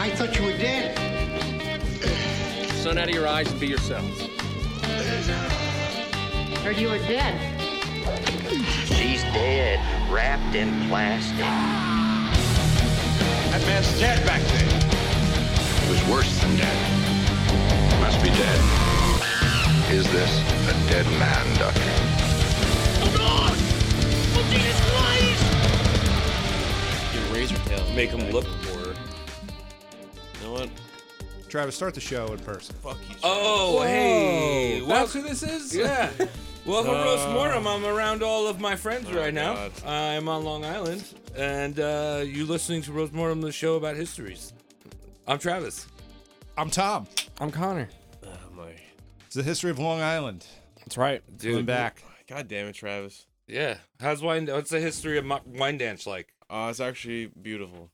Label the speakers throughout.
Speaker 1: I thought you were dead.
Speaker 2: Sun out of your eyes and be yourselves.
Speaker 3: Heard you were dead.
Speaker 4: She's dead, wrapped in plastic.
Speaker 5: That man's dead back there. It was worse than dead. Must be dead. Is this a dead man, Doctor?
Speaker 6: Your razor tail.
Speaker 7: Make them look poorer.
Speaker 6: You know what?
Speaker 8: Travis, start the show in person.
Speaker 7: Oh, hey.
Speaker 6: Whoa,
Speaker 7: Welcome,
Speaker 6: That's who this is?
Speaker 7: yeah. Welcome,
Speaker 6: Uh, Oh,
Speaker 7: Roast Mortem. I'm around all of my friends right now.
Speaker 6: God.
Speaker 7: I'm on Long Island, and uh, you listening to Roast Mortem, the show about histories. I'm Travis.
Speaker 8: I'm Tom.
Speaker 6: I'm Connor. Oh, my.
Speaker 8: It's the history of Long Island.
Speaker 6: That's right.
Speaker 7: Dude.
Speaker 8: Coming back.
Speaker 9: God damn it, Travis.
Speaker 7: Yeah. How's wine? What's the history of my, wine dance like?
Speaker 9: Uh, it's actually beautiful.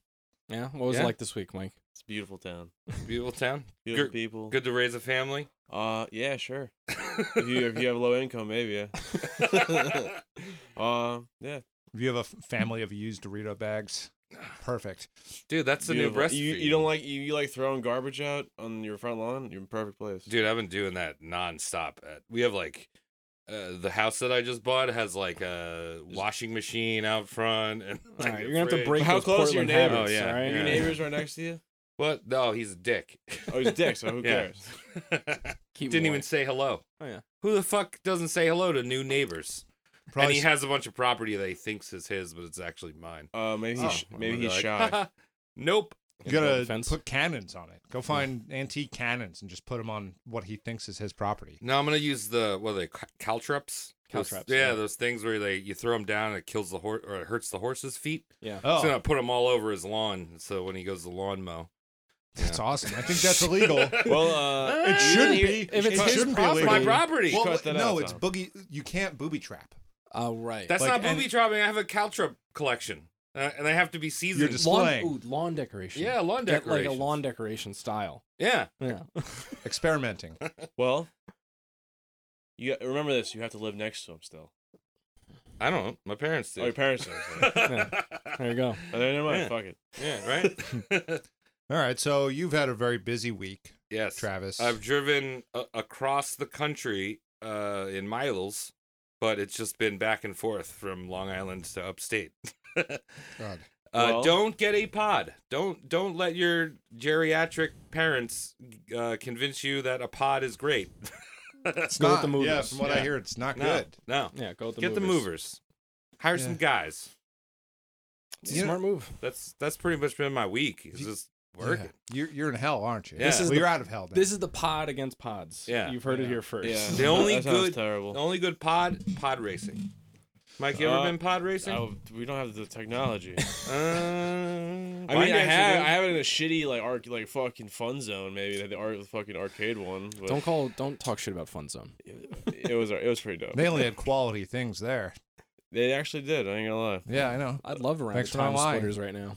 Speaker 6: Yeah. What was
Speaker 7: Yeah?
Speaker 6: it like this week, Mike?
Speaker 9: It's a beautiful town.
Speaker 7: Beautiful town.
Speaker 9: Beautiful
Speaker 7: Good,
Speaker 9: people.
Speaker 7: good to raise a family.
Speaker 9: Uh, yeah, sure. if you if you have low income, maybe yeah. uh, yeah.
Speaker 8: If you have a f- family of used Dorito bags, perfect.
Speaker 7: Dude, that's the new
Speaker 9: beautiful.
Speaker 7: breast.
Speaker 9: You, you don't like you, you like throwing garbage out on your front lawn. You're in perfect place.
Speaker 7: Dude, I've been doing that nonstop. At, we have like uh, the house that I just bought has like a washing machine out front, and like,
Speaker 6: All right,
Speaker 7: a
Speaker 6: you're gonna have to
Speaker 7: fridge.
Speaker 6: break
Speaker 9: How
Speaker 6: those
Speaker 9: close are your
Speaker 6: Portland
Speaker 9: neighbors?
Speaker 6: habits,
Speaker 7: Oh, yeah.
Speaker 6: all right?
Speaker 9: Your
Speaker 7: Yeah.
Speaker 9: neighbors right next to you.
Speaker 7: What? No, he's a dick.
Speaker 9: Oh, he's a dick. So who
Speaker 7: Yeah.
Speaker 9: cares?
Speaker 6: Keep
Speaker 7: Didn't
Speaker 6: away.
Speaker 7: even say hello.
Speaker 6: Oh, yeah.
Speaker 7: Who the fuck doesn't say hello to new neighbors? and
Speaker 8: Probably
Speaker 7: he has a bunch of property that he thinks is his, but it's actually mine.
Speaker 9: Uh, maybe
Speaker 8: Oh.
Speaker 9: he's sh- maybe
Speaker 7: And
Speaker 9: he's
Speaker 7: they're
Speaker 9: shy.
Speaker 7: like, nope.
Speaker 8: you
Speaker 6: build a
Speaker 8: gotta
Speaker 6: fence.
Speaker 8: put cannons on it. Go find antique cannons and just put them on what he thinks is his property.
Speaker 7: No, I'm gonna use the what are they cal- caltrops? Those-
Speaker 6: Caltrops,
Speaker 7: Yeah,
Speaker 6: yeah.
Speaker 7: those things where they you throw them down and it kills the horse or it hurts the horse's feet.
Speaker 6: Yeah.
Speaker 8: Oh,
Speaker 7: So then I put them all over his lawn. So when he goes to lawn mow,
Speaker 8: that's awesome. I think that's illegal.
Speaker 9: Well, uh,
Speaker 8: it should be.
Speaker 6: If it's
Speaker 8: it
Speaker 6: his
Speaker 8: shouldn't be
Speaker 6: property-
Speaker 8: illegal.
Speaker 7: my property.
Speaker 8: Well,
Speaker 9: Cut that
Speaker 8: no,
Speaker 9: out,
Speaker 8: it's
Speaker 9: Tom.
Speaker 8: boogie. You can't booby trap.
Speaker 6: All Oh, right.
Speaker 7: That's
Speaker 8: like,
Speaker 7: not booby
Speaker 8: and-
Speaker 7: trapping. I have a caltrop collection, uh, and they have to be seasoned.
Speaker 8: just-
Speaker 6: lawn,
Speaker 8: displaying.
Speaker 6: ooh, lawn decoration.
Speaker 7: yeah, lawn
Speaker 6: Get like
Speaker 7: decoration.
Speaker 6: a lawn decoration style.
Speaker 7: Yeah,
Speaker 6: Yeah.
Speaker 8: Experimenting.
Speaker 9: well, you got, remember this. You have to live next to him still.
Speaker 7: I don't. know. My parents
Speaker 9: Oh, your
Speaker 7: do.
Speaker 9: parents. do. Sorry.
Speaker 6: There you go.
Speaker 9: Oh, never mind.
Speaker 7: Yeah.
Speaker 9: Fuck it.
Speaker 7: yeah, right.
Speaker 8: All right, so you've had a very busy week,
Speaker 7: yes,
Speaker 8: Travis.
Speaker 7: I've driven a- across the country uh, in miles, but it's just been back and forth from Long Island to upstate.
Speaker 8: God.
Speaker 7: Uh,
Speaker 9: Well-
Speaker 7: don't get a pod. Don't don't let your geriatric parents uh, convince you that a pod is great.
Speaker 8: It's
Speaker 6: Go
Speaker 8: not,
Speaker 6: with the
Speaker 8: Yeah,
Speaker 6: movies.
Speaker 8: from what I
Speaker 7: Yeah.
Speaker 8: hear, it's not
Speaker 7: No,
Speaker 8: good.
Speaker 7: no.
Speaker 6: Yeah. Go with the
Speaker 7: get the
Speaker 6: movers.
Speaker 7: movers. Hire some
Speaker 8: Yeah.
Speaker 7: guys.
Speaker 6: It's a
Speaker 8: You know-
Speaker 6: smart move.
Speaker 7: That's that's pretty much been my week. It's
Speaker 8: You-
Speaker 7: just
Speaker 8: Yeah.
Speaker 7: working.
Speaker 8: You're, you're in hell, aren't you?
Speaker 7: This
Speaker 8: well,
Speaker 6: is the-
Speaker 8: you're out of hell. Then.
Speaker 6: This is the pod against pods.
Speaker 7: Yeah.
Speaker 6: You've heard it
Speaker 9: Yeah.
Speaker 6: here first.
Speaker 9: Yeah.
Speaker 7: The only
Speaker 9: that sounds
Speaker 7: good-
Speaker 9: terrible.
Speaker 7: The only good pod, pod racing. Mike, you ever
Speaker 9: Uh,
Speaker 7: been pod racing?
Speaker 9: I w- we don't have the technology.
Speaker 7: Uh,
Speaker 9: I mean, I have, I have it in a shitty like arc, like fucking fun zone. Maybe like the art, fucking arcade one. But
Speaker 6: Don't call. Don't talk shit about Fun Zone.
Speaker 9: it was it was pretty dope.
Speaker 8: They only had quality things there.
Speaker 9: They actually did. I ain't gonna lie.
Speaker 8: Yeah, I know.
Speaker 6: I'd love around
Speaker 8: Thanks
Speaker 6: the
Speaker 8: for
Speaker 6: time
Speaker 8: not lying.
Speaker 6: splitters right now.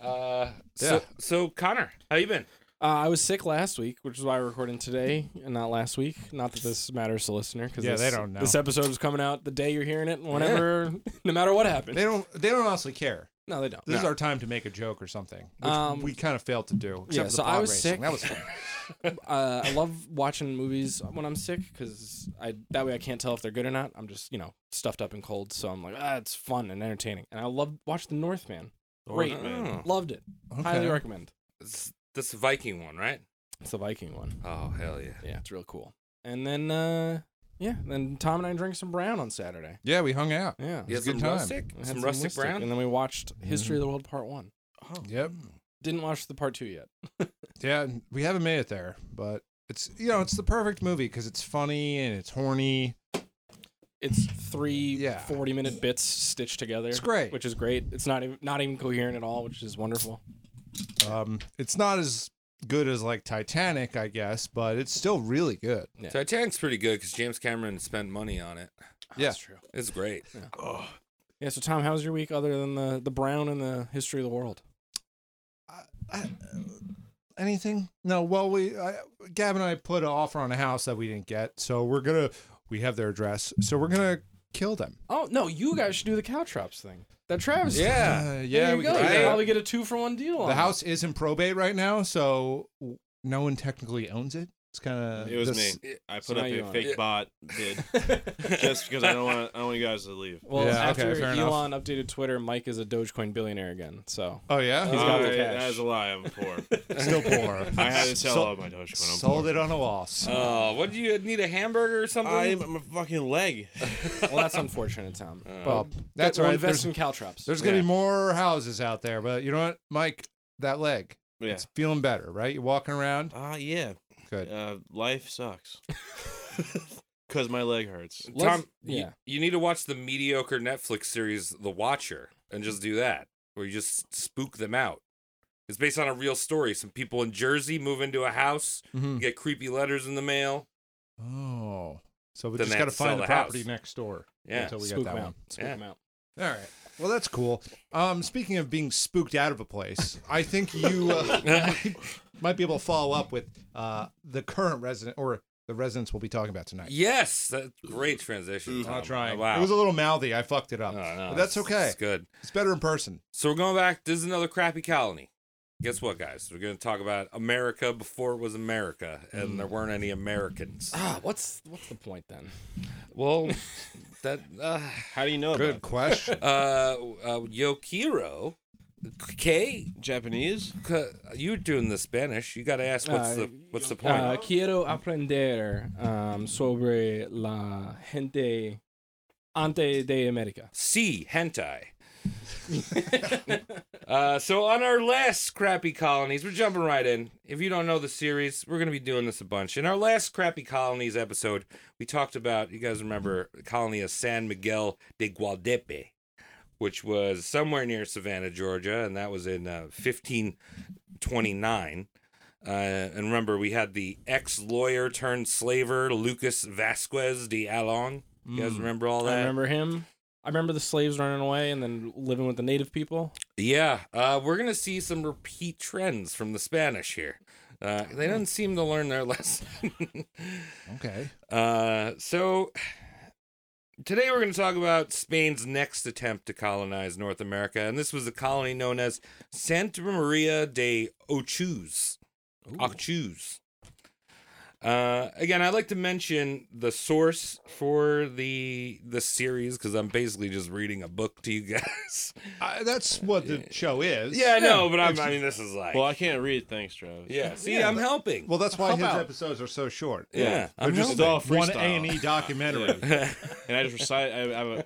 Speaker 7: Uh,
Speaker 8: Yeah.
Speaker 7: so, so Connor, how you been?
Speaker 6: Uh, I was sick last week, which is why we're recording today and not last week. Not that this matters to listener because
Speaker 8: Yeah,
Speaker 6: this,
Speaker 8: they don't know.
Speaker 6: This episode is coming out the day you're hearing it, whenever, no matter what happened.
Speaker 8: They don't. They don't honestly care.
Speaker 6: No, they don't.
Speaker 8: This is our time to make a joke or something, which
Speaker 6: Um,
Speaker 8: we kind of failed to do. Except
Speaker 6: yeah,
Speaker 8: for the
Speaker 6: so I
Speaker 8: pod
Speaker 6: was
Speaker 8: racing.
Speaker 6: sick.
Speaker 8: That was fun.
Speaker 6: uh, I love watching movies when I'm sick because I that way I can't tell if they're good or not. I'm just you know stuffed up and cold, so I'm like ah, it's fun and entertaining. And I love watch The Northman. Great,
Speaker 9: Northman.
Speaker 6: loved it.
Speaker 8: Oh.
Speaker 6: Highly
Speaker 8: Okay.
Speaker 6: recommend.
Speaker 7: It's, this Viking one, right?
Speaker 6: It's the Viking one.
Speaker 7: Oh hell yeah!
Speaker 6: Yeah, it's real cool. And then uh, yeah, then Tom and I drank some brown on Saturday.
Speaker 8: Yeah, we hung out.
Speaker 6: Yeah,
Speaker 7: You had
Speaker 8: was a
Speaker 7: some
Speaker 8: good time.
Speaker 7: rustic,
Speaker 6: We
Speaker 7: some,
Speaker 6: had
Speaker 7: rustic, brown.
Speaker 6: and then we watched
Speaker 8: Mm-hmm.
Speaker 6: History of the World Part One.
Speaker 8: Yep.
Speaker 6: Didn't watch the Part Two yet.
Speaker 8: Yeah, we haven't made it there, but it's you know it's the perfect movie because it's funny and it's horny.
Speaker 6: It's three
Speaker 8: Yeah.
Speaker 6: 40 minute bits stitched together.
Speaker 8: It's great.
Speaker 6: which is great. It's not even not even coherent at all, which is wonderful.
Speaker 8: Um, it's not as good as like Titanic, I guess, but it's still really good.
Speaker 6: Yeah.
Speaker 7: Titanic's pretty good because James Cameron spent money on it.
Speaker 8: Yeah.
Speaker 6: true.
Speaker 7: It's great.
Speaker 6: Yeah. So Tom, how's your week other than the the brown and the history of the world?
Speaker 8: I- uh, anything? No. Well, we I, Gab and I put an offer on a house that we didn't get, so we're gonna we have their address, so we're gonna kill them.
Speaker 6: Oh no, you guys should do the cow traps thing. That Travis.
Speaker 7: Yeah.
Speaker 8: Uh,
Speaker 6: There
Speaker 8: yeah,
Speaker 6: you
Speaker 8: we
Speaker 6: go.
Speaker 8: could do
Speaker 6: You
Speaker 7: try
Speaker 6: could
Speaker 7: it.
Speaker 8: that.
Speaker 6: probably get a two for one deal. on
Speaker 8: The
Speaker 6: it.
Speaker 8: house is in probate right now, so w- no one technically owns it. It's kind of
Speaker 9: It was me. I put
Speaker 6: so now
Speaker 9: up
Speaker 6: you
Speaker 9: a
Speaker 6: own
Speaker 9: fake
Speaker 7: it.
Speaker 9: bot bid just because I don't want I don't want you guys to leave.
Speaker 6: Well,
Speaker 8: Yeah,
Speaker 6: after
Speaker 8: okay, fair enough.
Speaker 6: Elon updated Twitter, Mike is a Dogecoin billionaire again. So
Speaker 8: Oh yeah,
Speaker 6: He's got the
Speaker 9: Alright,
Speaker 6: cash.
Speaker 9: That is a lie. I'm poor.
Speaker 8: still poor.
Speaker 9: I had to sell
Speaker 8: Sol-
Speaker 9: all my Dogecoin. I'm
Speaker 8: Sold
Speaker 9: poor. Uh,
Speaker 8: it on a loss.
Speaker 7: Oh, what do you need a hamburger or something?
Speaker 9: I'm, I'm a fucking leg.
Speaker 6: well, that's unfortunate, Tom.
Speaker 8: Well, that's
Speaker 6: we'll
Speaker 8: right.
Speaker 6: Invest
Speaker 8: There's,
Speaker 6: in Caltrops.
Speaker 8: there's gonna
Speaker 9: yeah.
Speaker 8: be more houses out there, but you know what, Mike? That leg,
Speaker 9: Yeah.
Speaker 8: it's feeling better, right? You're walking around.
Speaker 9: Ah, yeah.
Speaker 8: Good.
Speaker 9: Uh, life sucks. Cause my leg hurts.
Speaker 6: Let's-
Speaker 7: Tom, you-
Speaker 6: yeah.
Speaker 7: you, need to watch the mediocre Netflix series The Watcher and just do that, where you just spook them out. It's based on a real story. Some people in Jersey move into a house,
Speaker 8: Mhm.
Speaker 7: get creepy letters in the mail.
Speaker 8: Oh, so we
Speaker 7: Then
Speaker 8: just
Speaker 7: they
Speaker 8: gotta
Speaker 7: have to sell
Speaker 8: find the
Speaker 7: the house.
Speaker 8: property next door.
Speaker 7: Yeah.
Speaker 8: until we
Speaker 6: Spook
Speaker 8: get that
Speaker 6: them
Speaker 8: one.
Speaker 6: out. Spook
Speaker 7: Yeah.
Speaker 6: them out.
Speaker 8: All right. Well, that's cool. Um, speaking of being spooked out of a place, I think you uh, might be able to follow up with uh, the current resident or the residents we'll be talking about tonight.
Speaker 7: Yes, that great transition. Tom. Um, Wow.
Speaker 8: It was a little mouthy. I fucked it up.
Speaker 7: Oh, no,
Speaker 8: but that's
Speaker 7: it's-
Speaker 8: okay.
Speaker 7: It's good.
Speaker 8: It's better in person.
Speaker 7: So we're going back. This is another crappy colony. Guess what, guys? We're going to talk about America before it was America, and there weren't any Americans.
Speaker 6: Ah, what's what's the point then?
Speaker 7: Well, that uh,
Speaker 9: How do you know
Speaker 8: Good
Speaker 9: about
Speaker 8: question.
Speaker 7: uh, uh, Yokiro, K,
Speaker 9: it? Japanese?
Speaker 7: K you doing the Spanish? You got to ask what's
Speaker 6: Uh,
Speaker 7: the what's the point?
Speaker 6: Uh, quiero aprender um, sobre la gente ante de America.
Speaker 7: C hentai. uh, so on our last crappy colonies, we're jumping right in. If you don't know the series, we're gonna be doing this a bunch. In our last crappy colonies episode, we talked about you guys remember the colony of San Miguel de Guadepe, which was somewhere near Savannah, Georgia, and that was in uh, 1529. Uh, and remember, we had the ex-lawyer turned slaver Lucas Vasquez de Alon. You guys remember all that?
Speaker 6: Mm, I remember him. I remember the slaves running away and then living with the native people.
Speaker 7: Yeah, uh, we're gonna see some repeat trends from the Spanish here. Uh, they didn't seem to learn their lesson.
Speaker 8: Okay.
Speaker 7: uh, so today we're gonna talk about Spain's next attempt to colonize North America, and this was a colony known as Santa Maria de Ochuz. Ochuz. Uh, again, I'd like to mention the source for the the series because I'm basically just reading a book to you guys.
Speaker 8: Uh, that's what the show is.
Speaker 7: Yeah, I know, but I'm, I mean, this is like.
Speaker 9: Well, I can't read. Thanks, Travis.
Speaker 7: yeah, see,
Speaker 8: Yeah,
Speaker 7: I'm
Speaker 8: but-
Speaker 7: helping.
Speaker 8: Well, that's why
Speaker 6: Help
Speaker 8: his
Speaker 6: out.
Speaker 8: episodes are so short.
Speaker 7: yeah,
Speaker 8: They're
Speaker 7: I'm
Speaker 8: just
Speaker 9: all
Speaker 8: one
Speaker 9: freestyle.
Speaker 8: A and E documentary.
Speaker 9: Yeah. and I just recite. I have a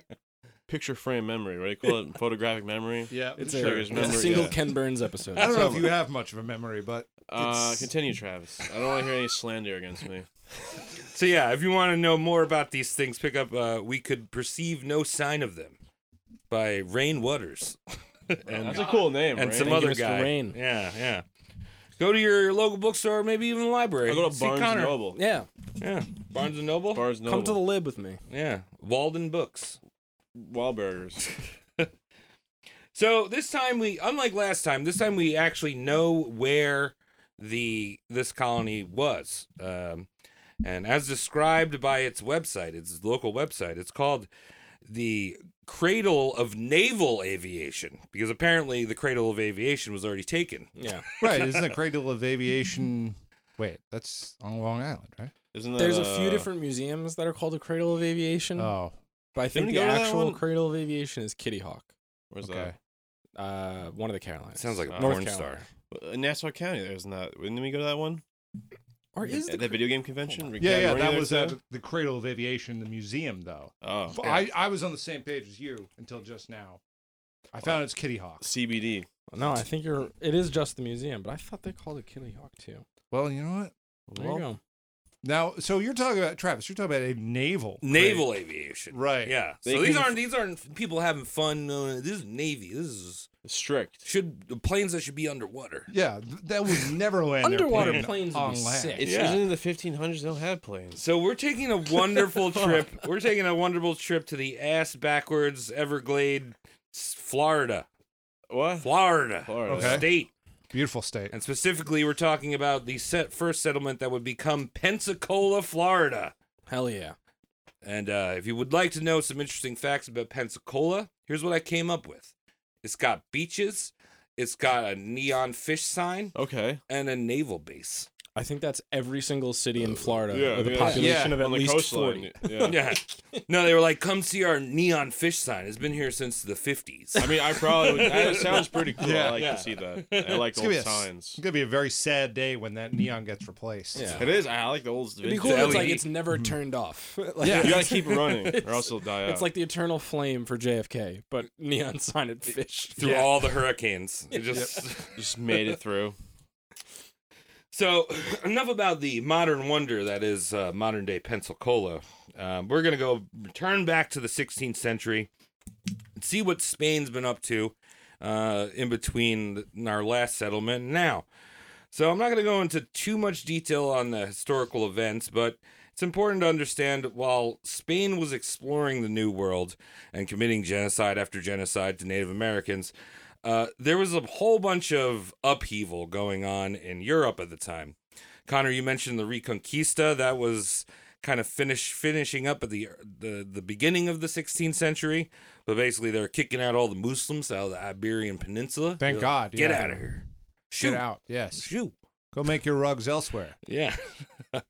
Speaker 9: picture frame memory. What do you call it? Photographic memory.
Speaker 8: yeah,
Speaker 6: It's
Speaker 9: Sure,
Speaker 6: a,
Speaker 9: it's
Speaker 6: it's a
Speaker 9: memory,
Speaker 6: single
Speaker 9: yeah.
Speaker 6: Ken Burns episode.
Speaker 8: I don't know if you have much of a memory, but
Speaker 9: Uh,
Speaker 8: It's-
Speaker 9: continue, Travis. I don't want to hear any slander against me.
Speaker 7: So yeah, if you want to know more about these things, pick up. Uh, we could perceive no sign of them by Rain Waters
Speaker 9: That's a cool name,
Speaker 7: and
Speaker 9: right?
Speaker 7: some
Speaker 6: Thank you,
Speaker 7: other
Speaker 6: Mr.
Speaker 7: guy.
Speaker 6: Rain.
Speaker 7: Yeah, yeah. Go to your local bookstore, maybe even the library.
Speaker 9: I go to
Speaker 7: See
Speaker 9: Barnes and
Speaker 7: Connor.
Speaker 9: Noble.
Speaker 6: Yeah,
Speaker 7: Yeah, Barnes and Noble.
Speaker 9: Barnes and Noble.
Speaker 6: come to the lib with me.
Speaker 7: yeah, Walden Books.
Speaker 9: Wahlburgers.
Speaker 7: So this time we, unlike last time, this time we actually know where the this colony was, um, and as described by its website, its local website, it's called the cradle of naval aviation because apparently the cradle of aviation was already taken.
Speaker 6: Yeah,
Speaker 8: right, isn't a cradle of aviation? Wait, that's on Long Island, right?
Speaker 9: Isn't that,
Speaker 6: there's a
Speaker 9: uh,
Speaker 6: few different museums that are called the Cradle of Aviation,
Speaker 8: Oh,
Speaker 6: but I think
Speaker 9: we
Speaker 6: the
Speaker 9: go to that
Speaker 6: actual
Speaker 9: one?
Speaker 6: Cradle of Aviation is Kitty Hawk,
Speaker 9: Where's
Speaker 8: okay.
Speaker 6: uh, one of the Carolinas.
Speaker 7: Sounds like a
Speaker 9: Uh,
Speaker 6: North
Speaker 7: porn
Speaker 6: Carolina.
Speaker 7: star.
Speaker 9: that? Uh, Nassau County. There's not. Didn't we go to that one?
Speaker 6: or is
Speaker 9: At
Speaker 6: the
Speaker 9: that video game convention?
Speaker 8: Yeah,
Speaker 9: We got
Speaker 8: yeah,
Speaker 9: Maria
Speaker 8: that
Speaker 9: there
Speaker 8: was uh, at
Speaker 9: too?
Speaker 8: the Cradle of Aviation, the museum, though.
Speaker 9: Oh,
Speaker 8: F-
Speaker 9: yeah.
Speaker 8: I, I was on the same page as you until just now. I found it's Kitty Hawk.
Speaker 9: CBD.
Speaker 6: No, I think you're. It is just the museum, but I thought they called it Kitty Hawk too.
Speaker 8: Well, you know what?
Speaker 6: There
Speaker 9: Well,
Speaker 6: you go.
Speaker 8: Now, so you're talking about Travis. You're talking about a naval,
Speaker 7: Naval aviation.
Speaker 8: right?
Speaker 7: Yeah.
Speaker 9: They
Speaker 7: so these
Speaker 9: can-
Speaker 7: aren't these aren't people having fun. No, this is navy. This is
Speaker 9: Strict.
Speaker 7: should planes that should be underwater.
Speaker 8: yeah. th- That would never land. their
Speaker 6: Underwater
Speaker 8: plane
Speaker 6: planes would
Speaker 8: on
Speaker 6: be
Speaker 8: land.
Speaker 6: sick.
Speaker 9: It's
Speaker 7: Yeah.
Speaker 9: isn't in the 1500s. They don't have planes.
Speaker 7: So we're taking a wonderful trip. We're taking a wonderful trip to the ass backwards Everglade, s- Florida,
Speaker 9: What?
Speaker 7: Florida,
Speaker 9: Florida.
Speaker 8: Okay.
Speaker 7: state,
Speaker 8: Beautiful state.
Speaker 7: and specifically we're talking about the set first settlement that would become Pensacola, Florida.
Speaker 6: Hell yeah.
Speaker 7: And uh, if you would like to know some interesting facts about Pensacola, Here's what I came up with. It's got beaches. It's got a neon fish sign
Speaker 9: Okay.
Speaker 7: and a naval base.
Speaker 6: I think that's every single city in Florida
Speaker 9: Yeah,
Speaker 6: with a
Speaker 9: Uh, yeah.
Speaker 6: Uh, population
Speaker 7: Yeah,
Speaker 6: of at
Speaker 9: On the
Speaker 6: least
Speaker 9: coastline.
Speaker 6: forty.
Speaker 9: Yeah.
Speaker 7: Yeah. No, they were like, "Come see our neon fish sign. It's been here since the '50s."
Speaker 9: I mean, I probably would. That sounds pretty cool.
Speaker 8: Yeah.
Speaker 9: I like to see that. I like
Speaker 8: It's
Speaker 9: old
Speaker 8: gonna, be a,
Speaker 9: signs.
Speaker 8: it's gonna be a very sad day when that neon gets replaced.
Speaker 6: Yeah.
Speaker 9: It is. I like the old.
Speaker 6: It'd be cool.
Speaker 9: vintage-
Speaker 6: if It's like
Speaker 7: LED.
Speaker 6: it's never turned off. Like,
Speaker 9: You gotta keep it running, or else it'll die out.
Speaker 6: It's like the eternal flame for JFK, but neon sign and fish.
Speaker 7: Through all the hurricanes, It just
Speaker 9: just made it through.
Speaker 7: So, enough about the modern wonder that is uh, modern day Pensacola. Um, we're going to go return back to the 16th century and see what Spain's been up to uh, in between th- our last settlement and now. So, I'm not going to go into too much detail on the historical events, but it's important to understand while Spain was exploring the New World and committing genocide after genocide to Native Americans, uh, there was a whole bunch of upheaval going on in Europe at the time. Connor, you mentioned the Reconquista. That was kind of finish finishing up at the the the beginning of the 16th century, but basically they're kicking out all the Muslims out of the Iberian Peninsula.
Speaker 8: Thank
Speaker 7: They're like,
Speaker 8: God,
Speaker 7: Get
Speaker 8: yeah.
Speaker 7: out of here. Shoot.
Speaker 8: Get out. Yes.
Speaker 7: Shoot.
Speaker 8: Go make your rugs elsewhere.
Speaker 7: Yeah.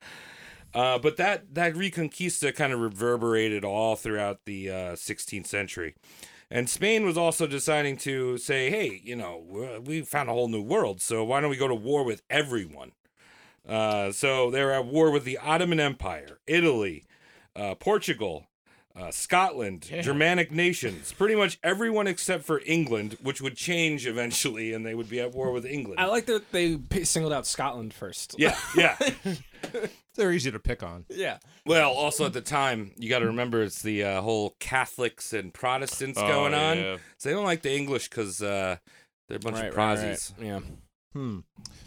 Speaker 7: uh, but that that Reconquista kind of reverberated all throughout the uh, 16th century. And Spain was also deciding to say, hey, you know, we're- we found a whole new world, so why don't we go to war with everyone? Uh, so they were at war with the Ottoman Empire, Italy, uh, Portugal, uh, Scotland, Germanic nations, pretty much everyone except for England, which would change eventually, and they would be at war with England.
Speaker 6: I like that they p- singled out Scotland first.
Speaker 7: yeah, yeah.
Speaker 8: They're easy to pick on.
Speaker 6: yeah.
Speaker 7: Well, also at the time, you got to remember it's the uh, whole Catholics and Protestants
Speaker 9: Oh,
Speaker 7: going on.
Speaker 9: yeah.
Speaker 7: So they don't like the English because uh, they're a bunch
Speaker 6: Right,
Speaker 7: of
Speaker 6: right,
Speaker 7: prozzies.
Speaker 6: right. Yeah.
Speaker 8: Hmm.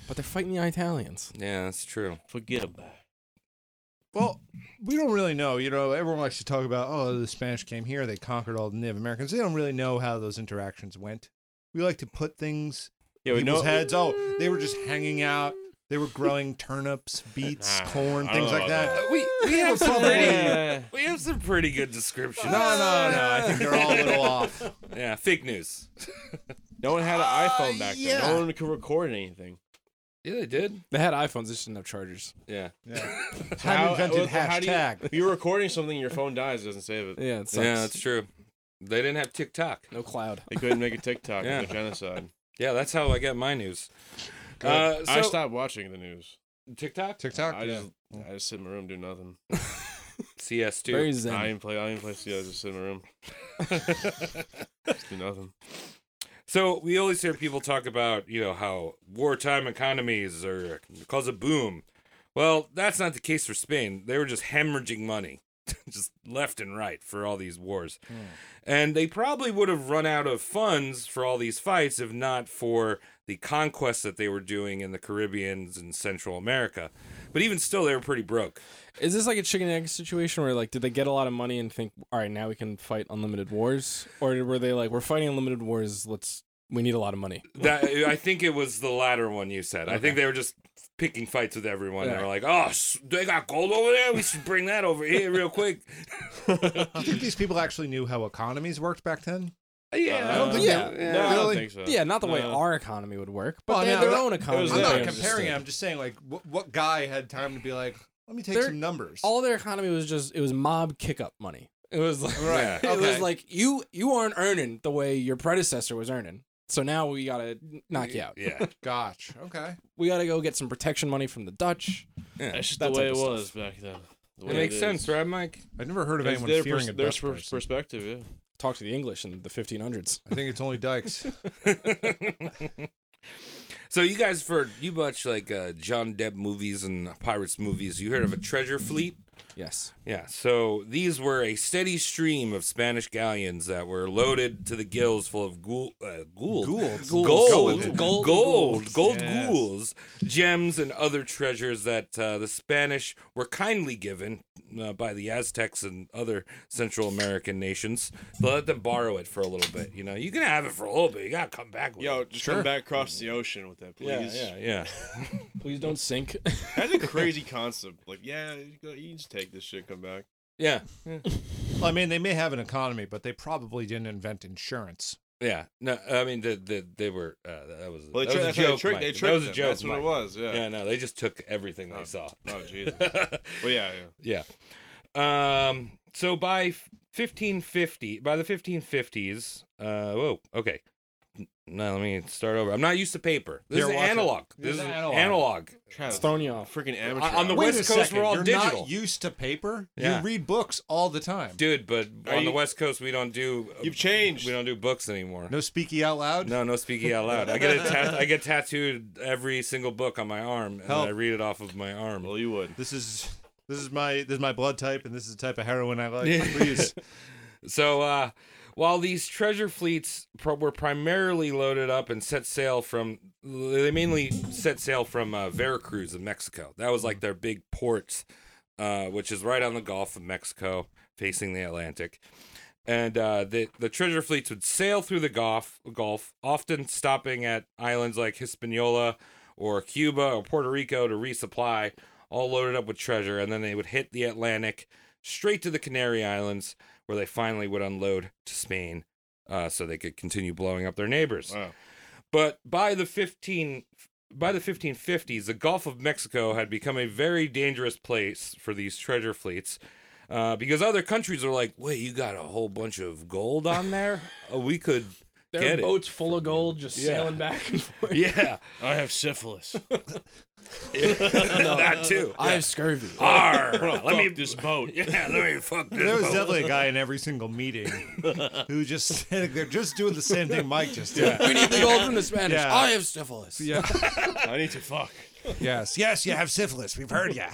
Speaker 6: But they're fighting the Italians.
Speaker 7: Yeah, that's true.
Speaker 9: Forget about. it.
Speaker 8: Well, we don't really know. You know, everyone likes to talk about, oh, the Spanish came here, they conquered all the Native Americans. They don't really know how those interactions went. We like to put things
Speaker 9: Yeah,
Speaker 8: in
Speaker 9: we
Speaker 8: people's
Speaker 9: know.
Speaker 8: heads. Oh, they were just hanging out. They were growing turnips, beets,
Speaker 9: Nah,
Speaker 8: corn,
Speaker 9: Ah, I
Speaker 8: things
Speaker 9: don't
Speaker 8: like
Speaker 9: know about
Speaker 8: that.
Speaker 7: We we have some
Speaker 8: probably-
Speaker 7: pretty
Speaker 9: Yeah.
Speaker 7: we have some pretty good descriptions.
Speaker 8: No, no, no. I think they're all a little off.
Speaker 7: Yeah, fake news.
Speaker 9: No one had an iPhone back then.
Speaker 8: yeah.
Speaker 9: No one could record anything.
Speaker 7: Yeah, they did.
Speaker 6: They had iPhones, they just didn't have chargers.
Speaker 7: Yeah.
Speaker 8: Time invented
Speaker 9: do you-
Speaker 8: hashtag.
Speaker 9: if you're recording something, your phone dies, it doesn't save it.
Speaker 6: Yeah, it sucks.
Speaker 7: Yeah, that's true. They didn't have TikTok.
Speaker 6: no cloud.
Speaker 9: They couldn't make a TikTok
Speaker 7: Yeah.
Speaker 9: of the genocide.
Speaker 7: Yeah, that's how I get my news. Uh, so
Speaker 9: I stopped watching the news.
Speaker 7: TikTok,
Speaker 8: TikTok.
Speaker 9: I
Speaker 8: yeah.
Speaker 9: just I just sit in my room do nothing.
Speaker 7: CS2.
Speaker 6: Very zen.
Speaker 9: I didn't play. I didn't play CS. I just sit in my room. just do nothing.
Speaker 7: So we always hear people talk about, you know, how wartime economies are cause a boom. Well, that's not the case for Spain. They were just hemorrhaging money, just left and right for all these wars. And they probably would have run out of funds for all these fights if not for the conquests that they were doing in the Caribbeans and Central America. But even still, they were pretty broke.
Speaker 6: Is this like a chicken and egg situation where like did they get a lot of money and think, all right, now we can fight unlimited wars? Or were they like, we're fighting unlimited wars, let's we need a lot of money.
Speaker 7: That I think it was the latter one you said. I think they were just picking fights with everyone. They
Speaker 6: Yeah.
Speaker 7: were like, "Oh, s- they got gold over there. We should bring that over here real quick."
Speaker 8: Do you think these people actually knew how economies worked back then?
Speaker 7: Yeah,
Speaker 8: I don't think
Speaker 6: yeah.
Speaker 8: they-
Speaker 9: No, I don't
Speaker 8: Really?
Speaker 9: think so.
Speaker 6: Yeah, not the way
Speaker 9: No.
Speaker 6: our economy would work, but
Speaker 8: Well,
Speaker 6: they
Speaker 8: no,
Speaker 6: had their
Speaker 8: that-
Speaker 6: own economy.
Speaker 9: was
Speaker 8: I'm
Speaker 9: that
Speaker 8: not
Speaker 9: they
Speaker 8: comparing it. I'm just saying, like, what, what guy had time to be like, let me take
Speaker 6: They're-
Speaker 8: some numbers?
Speaker 6: All their economy was just it was mob kick up money. It was like
Speaker 7: Right,
Speaker 6: it
Speaker 8: okay.
Speaker 6: was like you you aren't earning the way your predecessor was earning. So now we gotta knock you out.
Speaker 7: yeah.
Speaker 8: Gosh. Okay.
Speaker 6: We gotta go get some protection money from the Dutch.
Speaker 9: That's just
Speaker 6: That
Speaker 9: the way
Speaker 6: type
Speaker 9: it
Speaker 6: of
Speaker 9: was back then. The
Speaker 7: It
Speaker 9: way
Speaker 7: makes
Speaker 9: is.
Speaker 7: sense, right, Mike?
Speaker 8: I've never heard of
Speaker 9: It's
Speaker 8: anyone
Speaker 9: their
Speaker 8: fearing
Speaker 9: pers-
Speaker 8: a
Speaker 9: their
Speaker 8: Dutch
Speaker 9: per-
Speaker 8: person.
Speaker 9: perspective. Yeah.
Speaker 6: Talk to the English in the 1500s.
Speaker 8: I think it's only Dykes.
Speaker 7: so you guys, for you watch like uh, John Depp movies and pirates movies, you heard of a treasure fleet?
Speaker 6: Yes.
Speaker 7: Yeah, so these were a steady stream of Spanish galleons that were loaded to the gills full of ghoul, uh, gould,
Speaker 8: Goulds.
Speaker 7: gold,
Speaker 8: Gold.
Speaker 7: gold, gold, gold,
Speaker 9: Yes.
Speaker 7: ghouls, gems, and other treasures that uh, the Spanish were kindly given uh, by the Aztecs and other Central American nations. They let them borrow it for a little bit. You know, you can have it for a little bit. You gotta come back with
Speaker 9: Yo,
Speaker 7: it.
Speaker 9: just come back across the ocean with that,
Speaker 7: Yeah,
Speaker 9: please.
Speaker 7: yeah, yeah.
Speaker 6: Please don't sink.
Speaker 9: That's a crazy concept. Like, yeah, you go- you can just take this shit, come back.
Speaker 7: Yeah.
Speaker 8: Well, I mean, they may have an economy, but they probably didn't invent insurance.
Speaker 7: Yeah, no, I mean the, the, they were uh, that was,
Speaker 9: Well,
Speaker 7: that
Speaker 9: they tri-
Speaker 7: was a
Speaker 9: that's right,
Speaker 7: joke.
Speaker 9: they tricked,
Speaker 7: Mike.
Speaker 9: they
Speaker 7: that
Speaker 9: tricked
Speaker 7: was a
Speaker 9: them.
Speaker 7: joke.
Speaker 9: That's what
Speaker 7: Mike.
Speaker 9: it was. Yeah.
Speaker 7: Yeah, no, they just took everything they saw.
Speaker 9: Oh Jesus. well, yeah, yeah.
Speaker 7: yeah. Um. So by 1550, by the 1550s. Uh. Whoa. Okay. N- Now let me start over. I'm not used to paper. This
Speaker 8: Here,
Speaker 7: is
Speaker 8: watch it.
Speaker 7: analog.
Speaker 8: This
Speaker 7: This
Speaker 8: is
Speaker 7: is
Speaker 8: analog.
Speaker 7: analog.
Speaker 9: Trying
Speaker 6: It's
Speaker 9: to
Speaker 6: thrown you off.
Speaker 9: freaking amateur.
Speaker 7: on the
Speaker 9: hour.
Speaker 8: Wait
Speaker 7: West
Speaker 8: a
Speaker 7: Coast,
Speaker 8: second,
Speaker 7: we're all
Speaker 8: You're
Speaker 7: digital.
Speaker 8: not used to paper.
Speaker 7: Yeah.
Speaker 8: You read books all the time.
Speaker 7: Dude, but
Speaker 9: Are
Speaker 7: on the
Speaker 9: you-
Speaker 7: West Coast we don't do uh,
Speaker 9: You've changed.
Speaker 7: we don't do books anymore.
Speaker 8: No speaky out loud.
Speaker 7: No, no speaking out loud. I get a ta- I get tattooed every single book on my arm, and
Speaker 8: Help.
Speaker 7: I read it off of my arm.
Speaker 9: Well, you would.
Speaker 8: This is this is my this is my blood type, and this is the type of heroin I like. Please.
Speaker 7: So uh, while these treasure fleets pro- were primarily loaded up and set sail from, they mainly set sail from uh, Veracruz in Mexico. That was like their big ports, uh, which is right on the Gulf of Mexico, facing the Atlantic. And uh, the the treasure fleets would sail through the Gulf, Gulf, often stopping at islands like Hispaniola or Cuba or Puerto Rico to resupply, all loaded up with treasure, and then they would hit the Atlantic straight to the Canary Islands, where they finally would unload to Spain uh, so they could continue blowing up their neighbors.
Speaker 9: Wow.
Speaker 7: But by the 15 by the 1550s, the Gulf of Mexico had become a very dangerous place for these treasure fleets. Uh, because other countries are like, wait, you got a whole bunch of gold on there? Uh, we could
Speaker 6: Their
Speaker 7: get it.
Speaker 6: boat's full of gold, just
Speaker 7: Yeah.
Speaker 6: sailing back and forth.
Speaker 7: Yeah,
Speaker 9: I have syphilis.
Speaker 7: that too.
Speaker 6: I have scurvy.
Speaker 7: Arr,
Speaker 9: Fuck
Speaker 7: let me
Speaker 9: this boat.
Speaker 7: yeah, let me fuck this.
Speaker 8: There was
Speaker 7: boat.
Speaker 8: definitely a guy in every single meeting who just said they're just doing the same thing Mike just did.
Speaker 6: we need the gold from the Spanish.
Speaker 8: Yeah.
Speaker 6: I have syphilis.
Speaker 8: Yeah.
Speaker 9: I need to fuck.
Speaker 8: yes. Yes. You have syphilis. We've heard ya.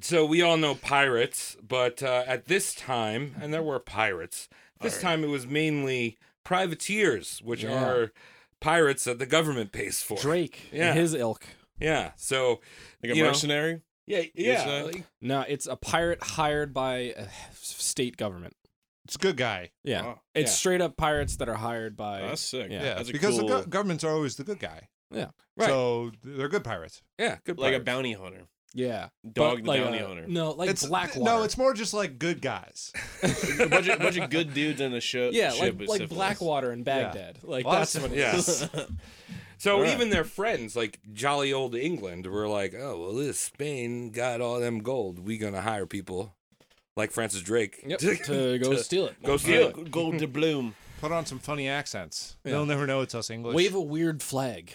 Speaker 7: so we all know pirates, but uh, at this time, and there were pirates. This time it was mainly privateers, which
Speaker 6: Yeah.
Speaker 7: are pirates that the government pays for.
Speaker 6: Drake
Speaker 7: Yeah.
Speaker 6: and his ilk.
Speaker 7: Yeah. So
Speaker 9: Like a
Speaker 7: You know.
Speaker 9: mercenary.
Speaker 7: yeah,
Speaker 9: uh,
Speaker 7: yeah. like-
Speaker 6: No, it's a pirate hired by uh, state government.
Speaker 8: It's a good guy.
Speaker 6: Yeah,
Speaker 9: Wow.
Speaker 6: it's
Speaker 7: Yeah.
Speaker 6: straight up pirates that are hired by.
Speaker 9: Oh, that's sick.
Speaker 6: Yeah.
Speaker 8: Yeah.
Speaker 9: That's a
Speaker 8: because
Speaker 9: cool,
Speaker 8: the go- governments are always the good guy.
Speaker 6: Yeah.
Speaker 7: Right.
Speaker 8: So they're good pirates.
Speaker 7: yeah. Good.
Speaker 9: like a
Speaker 7: pirates.
Speaker 9: bounty hunter.
Speaker 6: yeah,
Speaker 9: Dog
Speaker 6: But
Speaker 9: the
Speaker 6: like,
Speaker 9: bounty
Speaker 6: uh,
Speaker 9: hunter.
Speaker 6: No, like
Speaker 8: it's
Speaker 6: Blackwater.
Speaker 8: No, it's more just like good guys.
Speaker 9: a bunch of, bunch of good dudes in a ship.
Speaker 6: yeah,
Speaker 9: ship
Speaker 6: like
Speaker 9: with
Speaker 6: like
Speaker 9: syphilis.
Speaker 6: Blackwater and Baghdad. Like
Speaker 8: Lots
Speaker 6: that's
Speaker 8: of-
Speaker 6: what it
Speaker 7: yeah.
Speaker 6: is.
Speaker 7: So
Speaker 9: Alright.
Speaker 7: even their friends, like jolly old England, were like, "Oh well, this Spain got all them gold. We gonna hire people like Francis Drake
Speaker 6: Yep, to go steal it.
Speaker 7: go steal
Speaker 9: Yeah.
Speaker 7: it."
Speaker 9: Gold de bloom.
Speaker 8: Put on some funny accents. They'll never know it's us English.
Speaker 6: Wave a weird flag.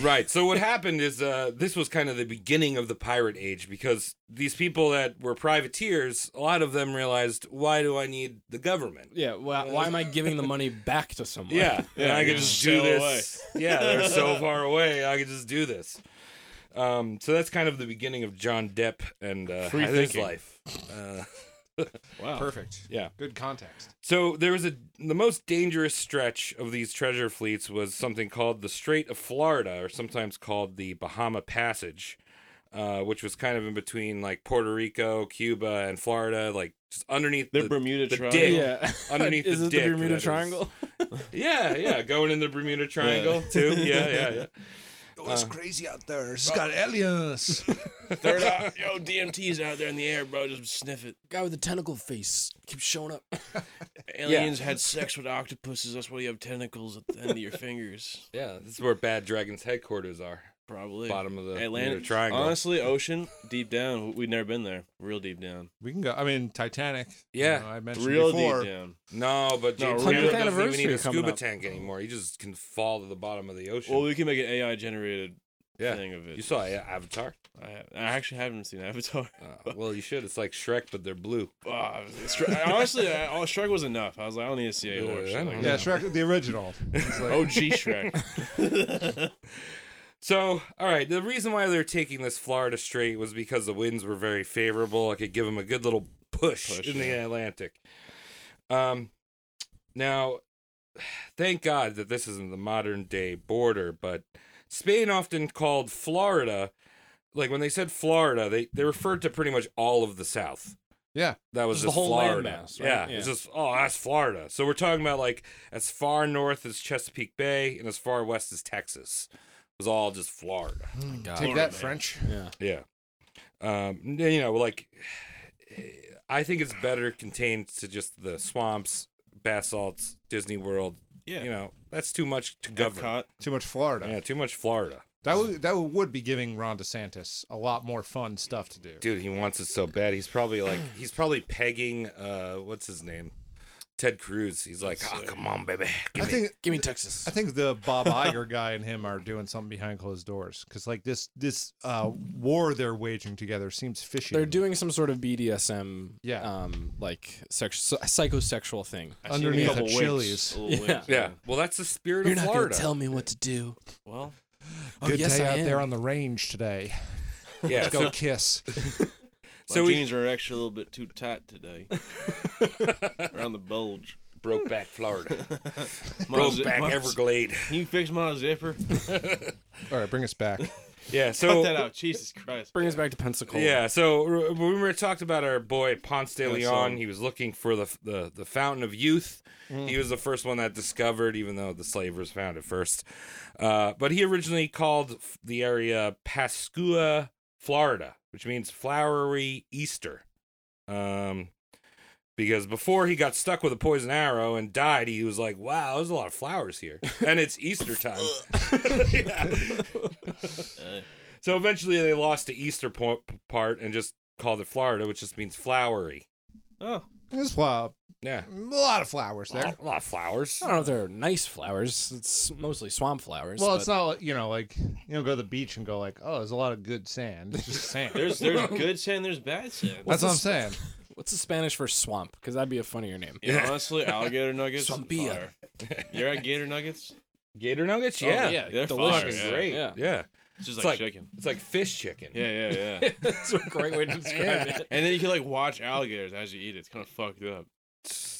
Speaker 7: Right. So what happened is uh, this was kind of the beginning of the pirate age because these people that were privateers, a lot of them realized, why do I need the government?
Speaker 6: yeah, why, why am I giving the money back to someone?
Speaker 7: Yeah, and I
Speaker 9: you
Speaker 7: could
Speaker 9: just
Speaker 7: just do
Speaker 9: sail
Speaker 7: this. Yeah, they're so far away. I could just do this. Um, so that's kind of the beginning of John Depp and uh,
Speaker 9: Free
Speaker 7: his
Speaker 9: thinking.
Speaker 7: life. Uh,
Speaker 9: Wow.
Speaker 8: Perfect.
Speaker 7: yeah.
Speaker 8: Good context.
Speaker 7: So there was a the most dangerous stretch of these treasure fleets was something called the Strait of Florida, or sometimes called the Bahama Passage, uh, which was kind of in between like Puerto Rico, Cuba, and Florida, like just underneath
Speaker 9: The,
Speaker 7: the
Speaker 9: Bermuda
Speaker 7: the
Speaker 9: Triangle.
Speaker 7: dick.
Speaker 6: yeah.
Speaker 7: Underneath
Speaker 6: is
Speaker 7: the
Speaker 6: it
Speaker 7: dick,
Speaker 6: the Bermuda
Speaker 7: that is.
Speaker 6: Triangle?
Speaker 7: yeah, yeah, going in the Bermuda Triangle too. Yeah, yeah, yeah.
Speaker 8: Oh, it's crazy out there. It's got aliens.
Speaker 9: Third eye. Yo, DMT's out there in the air, bro. Just sniff it.
Speaker 6: Guy with the tentacle face keeps showing up.
Speaker 9: Aliens had sex with octopuses. That's why you have tentacles at the end of your fingers.
Speaker 7: Yeah, this is where Bad Dragon's headquarters are.
Speaker 9: Probably.
Speaker 7: Bottom of the
Speaker 9: Atlantic
Speaker 7: Bermuda Triangle.
Speaker 9: Honestly, ocean deep down, we've never been there. Real deep down.
Speaker 8: we can go. I mean, Titanic.
Speaker 7: Yeah.
Speaker 8: You know, I mentioned
Speaker 9: Real
Speaker 8: before.
Speaker 9: deep down.
Speaker 7: No, but
Speaker 9: No,
Speaker 7: James
Speaker 9: we're gonna-
Speaker 7: Cameron doesn't even need
Speaker 6: anniversary
Speaker 7: a
Speaker 6: coming
Speaker 7: scuba
Speaker 6: up.
Speaker 7: tank anymore. He just can fall to the bottom of the ocean.
Speaker 9: Well, we can make an AI generated
Speaker 7: yeah,
Speaker 9: thing of it.
Speaker 7: you saw yeah, Avatar.
Speaker 9: I, ha- I actually haven't seen Avatar.
Speaker 7: Uh, well, you should. It's like Shrek, but they're blue.
Speaker 9: Ah, Shrek- I honestly, I, all Shrek was enough. I was like, I don't need to see a
Speaker 7: Yeah,
Speaker 9: horse.
Speaker 7: I don't
Speaker 9: Like,
Speaker 8: Yeah, Shrek, the original. It's like-
Speaker 9: OG Shrek.
Speaker 7: So, all right, the reason why they're taking this Florida Strait was because the winds were very favorable. I could give them a good little push,
Speaker 9: Push,
Speaker 7: in the Atlantic. Um, now, thank God that this isn't the modern day border, but Spain often called Florida, like when they said Florida, they, they referred to pretty much all of the South.
Speaker 8: yeah.
Speaker 7: That was
Speaker 6: Just
Speaker 7: just
Speaker 6: the whole
Speaker 7: Florida.
Speaker 6: landmass, right?
Speaker 7: Yeah,
Speaker 6: Yeah.
Speaker 7: it's just oh, that's Florida. So we're talking about like as far north as Chesapeake Bay and as far west as Texas. It was all just Florida.
Speaker 8: Take that, French.
Speaker 6: Yeah.
Speaker 7: Yeah. Um, and, you know, like I think it's better contained to just the swamps, basalts, Disney World.
Speaker 9: Yeah.
Speaker 7: You know, that's too much to govern.
Speaker 9: Epcot.
Speaker 8: Too much Florida.
Speaker 7: Yeah, too much Florida.
Speaker 8: That would that would be giving Ron DeSantis a lot more fun stuff to do.
Speaker 7: Dude, he wants it so bad. He's probably like he's probably pegging uh what's his name? Ted Cruz. He's like, "Oh, come on, baby.
Speaker 8: I think
Speaker 6: Give me Texas.
Speaker 8: I think the Bob Iger guy and him are doing something behind closed doors because like this this uh, war they're waging together seems fishy.
Speaker 6: They're doing some sort of BDSM,
Speaker 8: Yeah.
Speaker 6: um, like sex- psychosexual thing.
Speaker 8: underneath a
Speaker 9: Couple winks,
Speaker 8: Chili's.
Speaker 9: a little
Speaker 6: Yeah.
Speaker 9: winks.
Speaker 7: Yeah. Well, that's the spirit
Speaker 6: You're
Speaker 7: of
Speaker 6: not
Speaker 7: Florida.
Speaker 6: gonna tell me what to do.
Speaker 9: Well,
Speaker 6: Oh,
Speaker 8: Good
Speaker 6: yes,
Speaker 8: day
Speaker 6: I
Speaker 8: out
Speaker 6: am.
Speaker 8: there on the range today.
Speaker 7: yeah.
Speaker 8: Let's go kiss.
Speaker 9: my
Speaker 7: So we-
Speaker 9: jeans are actually a little bit too tight today. Around the bulge.
Speaker 7: broke back Florida.
Speaker 9: My
Speaker 7: broke
Speaker 9: zi-
Speaker 7: back
Speaker 9: my-
Speaker 7: Everglade.
Speaker 9: Can you fix my zipper?
Speaker 8: All right, bring us back.
Speaker 7: Yeah.
Speaker 9: Cut
Speaker 7: So
Speaker 9: that out. Jesus Christ.
Speaker 6: Bring us back to Pensacola.
Speaker 7: Yeah, so r- when we were talked about our boy Ponce de
Speaker 9: That's,
Speaker 7: Leon,
Speaker 9: um,
Speaker 7: he was looking for the f- the, the fountain of youth. He was the first one that discovered, even though the slavers found it first. Uh, but he originally called f- the area Pascua, Florida, which means flowery Easter. Um, because before he got stuck with a poison arrow and died, he was like, "Wow, there's a lot of flowers here, and it's Easter time." Yeah.
Speaker 9: Uh,
Speaker 7: So eventually, they lost the Easter po- part and just called it Florida, which just means flowery.
Speaker 9: Oh,
Speaker 8: There's flo-
Speaker 7: Yeah,
Speaker 9: Mm,
Speaker 8: a lot of flowers
Speaker 7: a
Speaker 8: there.
Speaker 7: lot, a lot of flowers.
Speaker 6: I don't know if they're nice flowers. It's mostly swamp flowers.
Speaker 8: Well, it's
Speaker 6: but-
Speaker 8: not like, you know like you know go to the beach and go like oh there's a lot of good sand. It's just sand.
Speaker 9: there's there's good sand, there's bad sand.
Speaker 8: That's what I'm saying.
Speaker 6: What's the Spanish for swamp? Because that'd be a funnier name.
Speaker 9: Yeah, honestly, alligator nuggets.
Speaker 6: Swampia.
Speaker 9: fire. You're at gator nuggets.
Speaker 7: Gator nuggets,
Speaker 9: Oh,
Speaker 7: yeah,
Speaker 6: yeah,
Speaker 9: they're
Speaker 6: delicious.
Speaker 9: fire, yeah.
Speaker 7: great, yeah.
Speaker 6: Yeah.
Speaker 9: It's just like,
Speaker 7: It's like-
Speaker 9: chicken.
Speaker 7: It's like fish chicken.
Speaker 9: Yeah, yeah, yeah.
Speaker 6: That's a great way to describe it.
Speaker 9: and then you can like watch alligators as you eat it. It's kind of fucked up.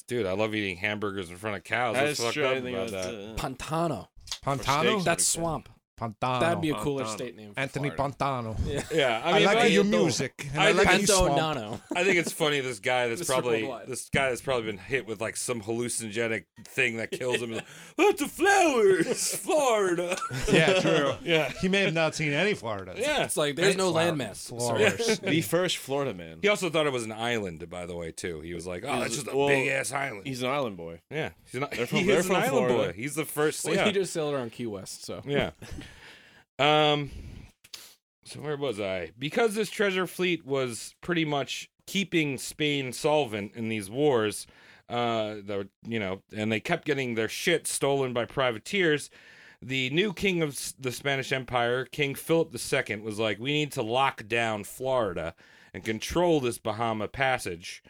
Speaker 7: dude, I love eating hamburgers in front of cows.
Speaker 9: That
Speaker 7: That's
Speaker 9: is uh,
Speaker 7: fucked
Speaker 9: true. I
Speaker 7: up
Speaker 9: didn't think
Speaker 7: about
Speaker 9: about
Speaker 7: that.
Speaker 9: that.
Speaker 6: Pontano.
Speaker 8: Pantano.
Speaker 9: steaks.
Speaker 6: That's swamp.
Speaker 8: Pantano.
Speaker 6: That'd be a cooler
Speaker 9: Pontano.
Speaker 6: state name. For
Speaker 8: Anthony
Speaker 6: Florida.
Speaker 8: Pantano.
Speaker 7: Yeah, I
Speaker 8: I,
Speaker 7: mean,
Speaker 8: like your
Speaker 7: don't-
Speaker 8: music. And
Speaker 7: I
Speaker 8: I, like
Speaker 7: think-
Speaker 8: you
Speaker 6: Panto
Speaker 8: swamp.
Speaker 6: Nano.
Speaker 7: I think it's funny this guy that's
Speaker 6: Mr.
Speaker 7: probably
Speaker 6: Worldwide.
Speaker 7: this guy that's probably been hit with like some hallucinogenic thing that kills him. He's like, That's the flowers, Florida.
Speaker 8: Yeah, true.
Speaker 7: Yeah,
Speaker 8: He may have not seen any Florida.
Speaker 7: yeah.
Speaker 6: It's like there's no landmass. Sorry.
Speaker 8: Flowers.
Speaker 9: The first Florida man.
Speaker 7: He also thought it was an island, by the way, too. He was like, "Oh, it's just a
Speaker 9: well,
Speaker 7: big ass island."
Speaker 9: He's an island boy.
Speaker 7: yeah, he's not.
Speaker 9: They're from-
Speaker 7: he
Speaker 9: they're
Speaker 7: is an
Speaker 9: from
Speaker 7: island
Speaker 9: Florida.
Speaker 7: boy. He's the first.
Speaker 6: Well,
Speaker 7: yeah,
Speaker 6: He just sailed around Key West, so
Speaker 7: yeah. Um, so where was I? Because this treasure fleet was pretty much keeping Spain solvent in these wars. Uh, the, you know, and they kept getting their shit stolen by privateers. The new king of s- the Spanish Empire, King Philip II, was like, "We need to lock down Florida and control this Bahama Passage."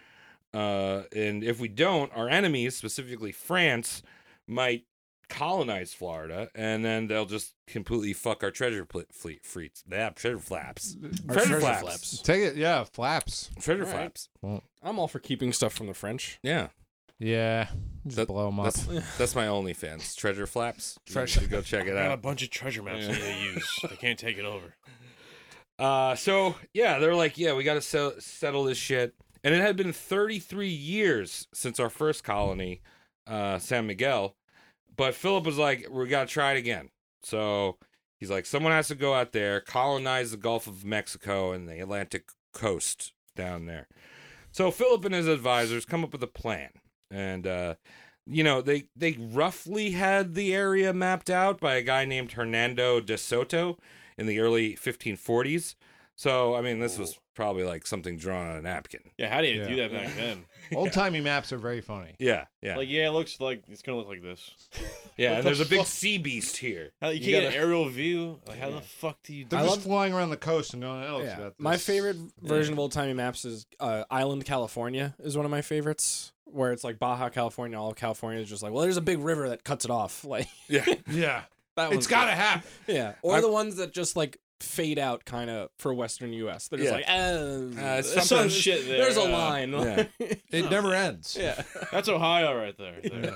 Speaker 7: Uh, and if we don't, our enemies, specifically France, might colonize Florida, and then they'll just completely fuck our treasure pl- fleet. Freets. Yeah, treasure flaps. Treasure, flaps.
Speaker 8: Take it. Yeah, flaps.
Speaker 7: Treasure
Speaker 6: All right.
Speaker 7: flaps.
Speaker 6: I'm all for keeping stuff from the French.
Speaker 7: Yeah,
Speaker 8: Yeah. Just
Speaker 7: That-
Speaker 8: blow them up.
Speaker 7: that's that's my OnlyFans. Treasure flaps. Treasure. go check it
Speaker 9: Got a
Speaker 7: out.
Speaker 9: bunch of treasure maps they need to use. They can't take it over.
Speaker 7: Uh, so yeah, they're like, yeah, we got to se- settle this shit. And it had been 33 years since our first colony, uh, San Miguel. But Philip was like, we got to try it again. So he's like, someone has to go out there, colonize the Gulf of Mexico and the Atlantic coast down there. So Philip and his advisors come up with a plan. And, uh, you know, they, they roughly had the area mapped out by a guy named Hernando de Soto in the early 1540s. So, I mean, this was probably like something drawn on a napkin.
Speaker 9: Yeah, how do you do
Speaker 8: Yeah.
Speaker 9: that back then?
Speaker 8: Old timey maps are very funny.
Speaker 7: Yeah, yeah,
Speaker 9: Like, yeah, it looks like it's gonna look like this.
Speaker 7: yeah.
Speaker 8: what
Speaker 7: And
Speaker 8: the
Speaker 7: there's a big
Speaker 8: fuck?
Speaker 7: sea beast here.
Speaker 9: How, you can't get an aerial view. Like, how the fuck do you do
Speaker 8: They're
Speaker 9: that?
Speaker 8: just flying around the coast and going, oh,
Speaker 6: Yeah.
Speaker 8: about this.
Speaker 6: My favorite version of old timey maps is uh, Island California is one of my favorites, where it's like Baja California. All of California is just like, well, there's a big river that cuts it off. Like
Speaker 7: Yeah,
Speaker 8: Yeah.
Speaker 6: that
Speaker 8: It's
Speaker 6: one's
Speaker 8: got to happen.
Speaker 6: good. yeah. Or
Speaker 7: I-
Speaker 6: the ones that just like fade out, kind of for Western U.S. They're just
Speaker 7: Yeah.
Speaker 6: like, eh,
Speaker 7: Uh,
Speaker 6: there's
Speaker 9: some shit there,
Speaker 6: There's a
Speaker 9: yeah.
Speaker 6: line.
Speaker 7: Yeah.
Speaker 8: It never ends.
Speaker 6: Yeah.
Speaker 9: That's Ohio right there.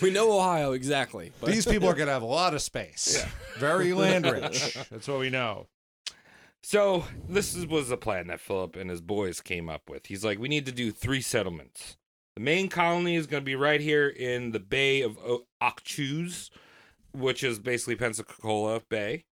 Speaker 6: we know Ohio exactly. But
Speaker 8: These people are going to have a lot of space. Very land rich. That's what we know.
Speaker 7: So this is, was the plan that Philip and his boys came up with. He's like, we need to do three settlements. The main colony is going to be right here in the Bay of o- Oxus, which is basically Pensacola Bay.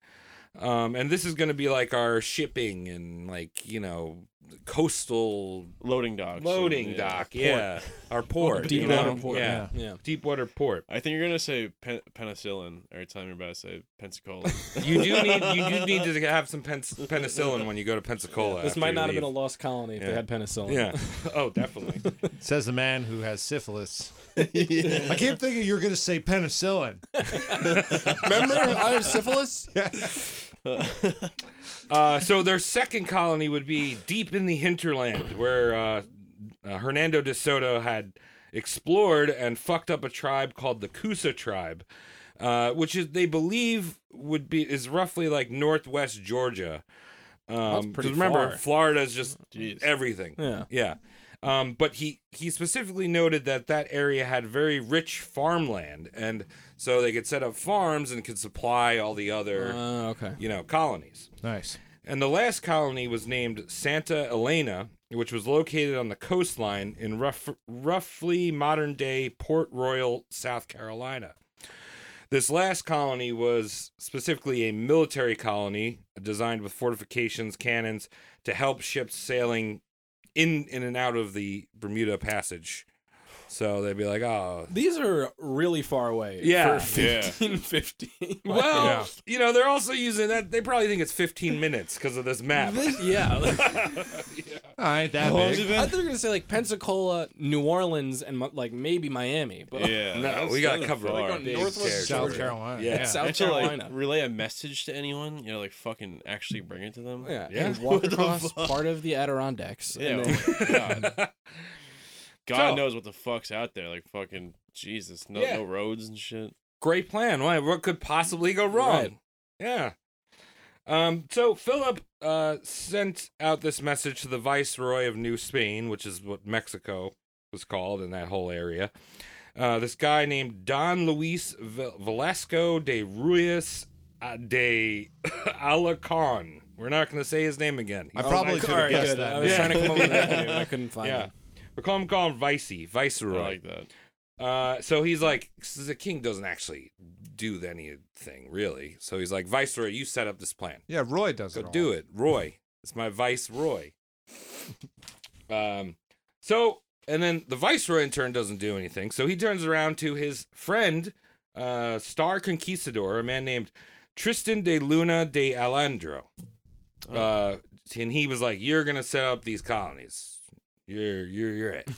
Speaker 7: Um, and this is going to be like our shipping and like you know coastal
Speaker 9: Loading docks. and-
Speaker 7: loading
Speaker 9: yeah.
Speaker 7: dock, yeah, our port,
Speaker 6: Deep
Speaker 7: you know?
Speaker 6: water port,
Speaker 7: yeah.
Speaker 6: yeah.
Speaker 7: deep water port.
Speaker 9: I think you're gonna say pen- penicillin every time you're about to say Pensacola.
Speaker 7: You do need you do need to have some pen- penicillin when you go to Pensacola.
Speaker 6: This
Speaker 7: after
Speaker 6: might
Speaker 7: you
Speaker 6: not have been a
Speaker 7: leave.
Speaker 6: lost colony if they
Speaker 7: Yeah.
Speaker 6: had penicillin.
Speaker 7: yeah. Oh, definitely.
Speaker 8: Says the man who has syphilis. I keep thinking you're going to say penicillin.
Speaker 6: Remember, I have syphilis.
Speaker 7: Uh, so their second colony would be deep in the hinterland, where uh, uh, Hernando de Soto had explored and fucked up a tribe called the Cusa tribe, uh, which is they believe would be is roughly like northwest Georgia. Um,
Speaker 6: pretty
Speaker 7: 'cause remember,
Speaker 6: far.
Speaker 7: Florida's just
Speaker 9: Jeez.
Speaker 7: everything.
Speaker 6: Yeah.
Speaker 7: yeah. Um, but he he specifically noted that that area had very rich farmland, and so they could set up farms and could supply all the other
Speaker 6: Uh, okay.
Speaker 7: you know colonies.
Speaker 8: Nice.
Speaker 7: And the last colony was named Santa Elena, which was located on the coastline in rough, roughly modern day Port Royal, South Carolina. This last colony was specifically a military colony designed with fortifications, cannons to help ships sailing in, in and out of the Bermuda Passage. So they'd be like, oh,
Speaker 6: These are really far away.
Speaker 7: Yeah.
Speaker 6: For
Speaker 9: Yeah.
Speaker 6: 1550.
Speaker 7: well, you know, they're also using that. They probably think it's 15 minutes because of this map.
Speaker 6: This, yeah.
Speaker 8: All right, that big.
Speaker 6: I thought you were gonna say like Pensacola, New Orleans, and mi- like maybe Miami. But
Speaker 9: yeah.
Speaker 7: No, we got to cover
Speaker 9: Like
Speaker 7: our
Speaker 9: on
Speaker 7: big
Speaker 6: Northwest
Speaker 7: territory.
Speaker 8: South Carolina.
Speaker 7: Yeah.
Speaker 8: Yeah.
Speaker 6: South
Speaker 9: And to like
Speaker 6: Carolina.
Speaker 9: relay a message to anyone, you know, like fucking actually bring it to them.
Speaker 6: yeah,
Speaker 7: Yeah.
Speaker 6: and walk
Speaker 9: What the
Speaker 6: across
Speaker 9: fuck?
Speaker 6: part of the Adirondacks.
Speaker 9: Yeah.
Speaker 6: and then-
Speaker 9: like, God, God
Speaker 7: So-
Speaker 9: knows what the fuck's out there. Like fucking Jesus, no,
Speaker 7: Yeah.
Speaker 9: no roads and shit.
Speaker 7: Great plan. Why? What could possibly go wrong?
Speaker 6: Right.
Speaker 7: Yeah. Um, so Philip uh, sent out this message to the viceroy of New Spain, which is what Mexico was called in that whole area. Uh, this guy named Don Luis Ve- Velasco de Ruiz uh, de Alacon. We're not going to say his name again.
Speaker 8: I probably could
Speaker 6: All right,
Speaker 8: have guessed
Speaker 6: Oh, good. I was
Speaker 8: that.
Speaker 6: trying to come up with that name. I couldn't find
Speaker 7: yeah.
Speaker 6: it.
Speaker 7: We're calling him, call him Vicey, Viceroy.
Speaker 9: I
Speaker 6: Oh,
Speaker 9: like that.
Speaker 7: Uh, so he's like, 'cause the king doesn't actually do anything really. So he's like, Viceroy, you set up this plan.
Speaker 8: Yeah, Roy does
Speaker 7: Go
Speaker 8: it.
Speaker 7: do it, Roy. It's my Viceroy. um, so and then the Viceroy in turn doesn't do anything. So he turns around to his friend, uh, Star Conquistador, a man named Tristan de Luna de Alandro.
Speaker 6: Oh.
Speaker 7: Uh, and he was like, "You're gonna set up these colonies. You're you're you're it.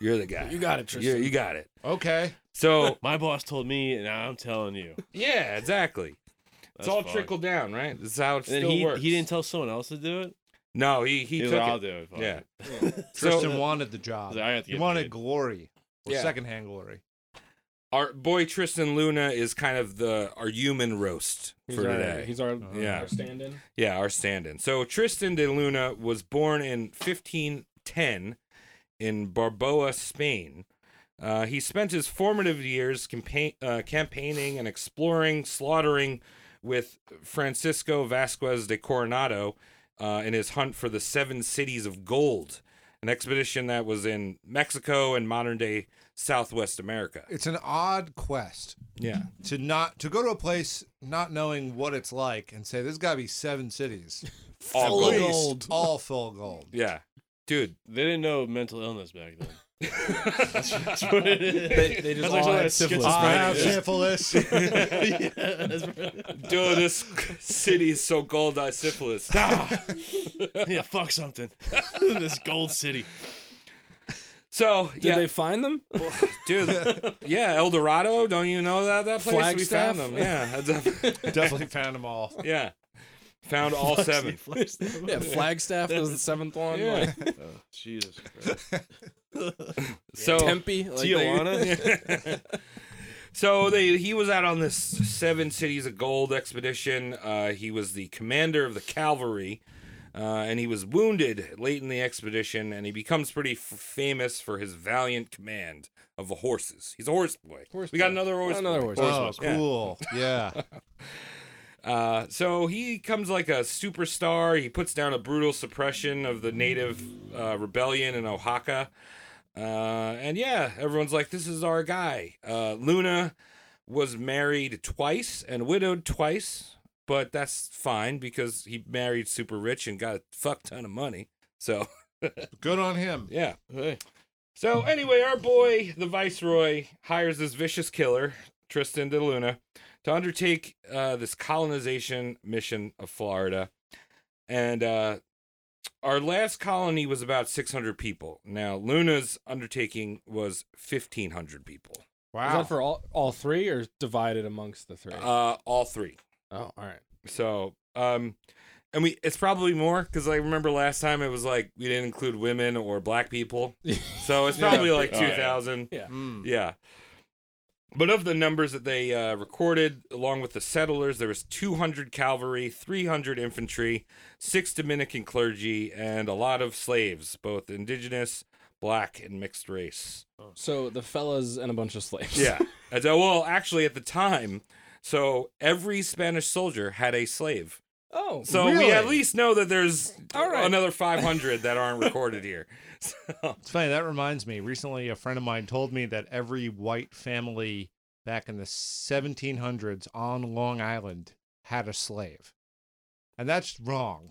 Speaker 7: You're the guy.
Speaker 6: You got it,
Speaker 7: you
Speaker 6: Tristan.
Speaker 7: you got it."
Speaker 8: Okay.
Speaker 7: So
Speaker 9: My boss told me, and now I'm telling you.
Speaker 7: yeah, exactly.
Speaker 9: That's
Speaker 7: it's all
Speaker 9: fucked.
Speaker 7: trickled down, right? This is how it
Speaker 9: And
Speaker 7: still
Speaker 9: then he,
Speaker 7: works.
Speaker 9: he didn't tell someone else to do it.
Speaker 7: No, he he
Speaker 9: He was
Speaker 7: took
Speaker 9: like, I'll
Speaker 7: it.
Speaker 9: do it. fuck
Speaker 7: Yeah.
Speaker 9: it."
Speaker 7: So
Speaker 8: Tristan wanted the job.
Speaker 9: I have to
Speaker 8: He
Speaker 9: get
Speaker 8: wanted
Speaker 9: paid.
Speaker 8: glory. Or
Speaker 7: Yeah.
Speaker 8: secondhand glory.
Speaker 7: our boy Tristan Luna is kind of the our human roast
Speaker 6: He's
Speaker 7: for
Speaker 6: our,
Speaker 7: today.
Speaker 6: he's our,
Speaker 7: Yeah.
Speaker 6: our stand-in.
Speaker 7: Yeah, our stand-in. So Tristan de Luna was born in 1510 in Barboa, Spain. Uh, he spent his formative years campaign, uh, campaigning and exploring, slaughtering with Francisco Vasquez de Coronado uh, in his hunt for the Seven Cities of Gold, an expedition that was in Mexico and modern-day Southwest America.
Speaker 8: It's an odd quest
Speaker 7: Yeah.
Speaker 8: to not to go to a place not knowing what it's like and say there's got to be seven cities,
Speaker 7: All
Speaker 8: At
Speaker 7: gold.
Speaker 8: least all full gold.
Speaker 7: Yeah. Dude,
Speaker 9: They didn't know mental illness back then. that's, that's what it is.
Speaker 6: They, they just
Speaker 9: That's like
Speaker 6: all
Speaker 9: some of
Speaker 6: had
Speaker 9: that
Speaker 6: syphilis.
Speaker 9: schizo-
Speaker 8: I
Speaker 9: right,
Speaker 8: have
Speaker 9: yeah.
Speaker 8: syphilis.
Speaker 9: Yeah, that's-
Speaker 7: Dude, this city is so gold I syphilis.
Speaker 9: yeah, fuck something. this gold city.
Speaker 7: So
Speaker 6: Did
Speaker 7: yeah,
Speaker 6: they find them?
Speaker 7: dude, yeah, El Dorado. Don't you know that that place? We
Speaker 6: Flagstaff?
Speaker 7: found them. Yeah, that's-
Speaker 8: Definitely found them all.
Speaker 7: yeah, found all seven.
Speaker 6: yeah, Flagstaff was the seventh one.
Speaker 7: Yeah.
Speaker 6: Like,
Speaker 9: Jesus Christ.
Speaker 7: So
Speaker 6: Tempe. Like they-
Speaker 9: Tijuana?
Speaker 7: So they he was out on this seven cities of gold expedition. Uh, he was the commander of the cavalry, uh, and he was wounded late in the expedition. And he becomes pretty f- famous for his valiant command of the horses. He's a horse boy. we got another horse.
Speaker 6: Another
Speaker 7: boy.
Speaker 6: horse.
Speaker 8: Oh,
Speaker 7: yeah.
Speaker 8: cool. Yeah.
Speaker 7: Uh, so he comes like a superstar. He puts down a brutal suppression of the native uh, rebellion in Oaxaca. Uh, and yeah, everyone's like, this is our guy. Uh, Luna was married twice and widowed twice. but that's fine because he married super rich and got a fuck ton of money. So
Speaker 8: Good on him.
Speaker 7: yeah.
Speaker 9: Hey.
Speaker 7: So anyway, our boy, the Viceroy, hires this vicious killer, Tristan de Luna, to undertake uh, this colonization mission of Florida. And uh, our last colony was about 600 people. Now, Luna's undertaking was 1,500 people,
Speaker 6: Is that for all, all three or divided amongst the three?
Speaker 7: uh, all three.
Speaker 6: oh, all right.
Speaker 7: So, um, and we it's probably more because I remember last time it was like we didn't include women or black people, so it's probably like
Speaker 9: Oh, yeah.
Speaker 7: two thousand.
Speaker 6: Yeah.
Speaker 8: Hmm.
Speaker 7: yeah. But of the numbers that they uh, recorded, along with the settlers, there was 200 cavalry, 300 infantry, six Dominican clergy, and a lot of slaves, both indigenous, black, and mixed race.
Speaker 6: So the fellas and a bunch of slaves.
Speaker 7: Yeah. And so- well, actually, at the time, so every Spanish soldier had a slave.
Speaker 6: Oh,
Speaker 7: So we at least know that there's
Speaker 6: All right.
Speaker 7: another 500 that aren't recorded here. So,
Speaker 8: It's funny. That reminds me. Recently, a friend of mine told me that every white family back in the 1700s on Long Island had a slave, and that's wrong.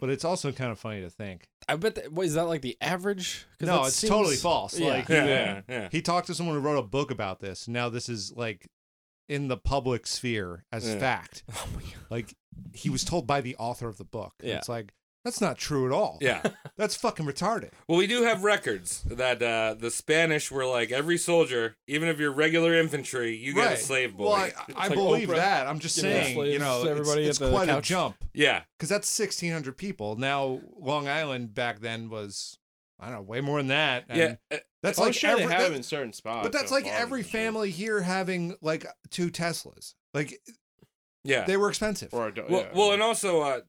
Speaker 8: But it's also kind of funny to think.
Speaker 6: I bet that what, is that like the average? 'Cause
Speaker 8: No,
Speaker 6: that
Speaker 8: it's
Speaker 6: seems-
Speaker 8: totally false.
Speaker 6: Yeah.
Speaker 8: Like
Speaker 7: yeah,
Speaker 8: yeah.
Speaker 7: yeah, yeah.
Speaker 8: he talked to someone who wrote a book about this. Now this is like in the public sphere as
Speaker 7: Yeah.
Speaker 8: fact. Like he was told by the author of the book. And
Speaker 6: Yeah.
Speaker 8: It's like that's not true at all.
Speaker 7: Yeah.
Speaker 8: That's fucking retarded.
Speaker 7: Well, we do have records that uh, the Spanish were like every soldier, even if you're regular infantry, you get a slave boy.
Speaker 8: Well, I, I
Speaker 6: like
Speaker 8: believe
Speaker 6: Oprah
Speaker 8: that. I'm just
Speaker 6: giving
Speaker 8: saying,
Speaker 6: slaves
Speaker 8: you know,
Speaker 6: to
Speaker 8: it's-
Speaker 6: everybody
Speaker 8: it's,
Speaker 6: at the
Speaker 8: quite
Speaker 6: couch.
Speaker 8: a jump
Speaker 7: yeah,
Speaker 8: because that's 1,600 people. Now Long Island back then was, I don't know, way more than that. And
Speaker 7: yeah. Uh,
Speaker 8: that's
Speaker 9: Oh,
Speaker 8: like
Speaker 9: sure
Speaker 8: every,
Speaker 9: they have
Speaker 8: that-
Speaker 9: in certain spots.
Speaker 8: but that's
Speaker 9: on
Speaker 8: like
Speaker 9: farms
Speaker 8: every
Speaker 9: and shit.
Speaker 8: family here having like two Teslas. Like
Speaker 7: yeah.
Speaker 8: they were expensive.
Speaker 9: Or a do-
Speaker 7: well,
Speaker 9: yeah.
Speaker 7: well, and also uh,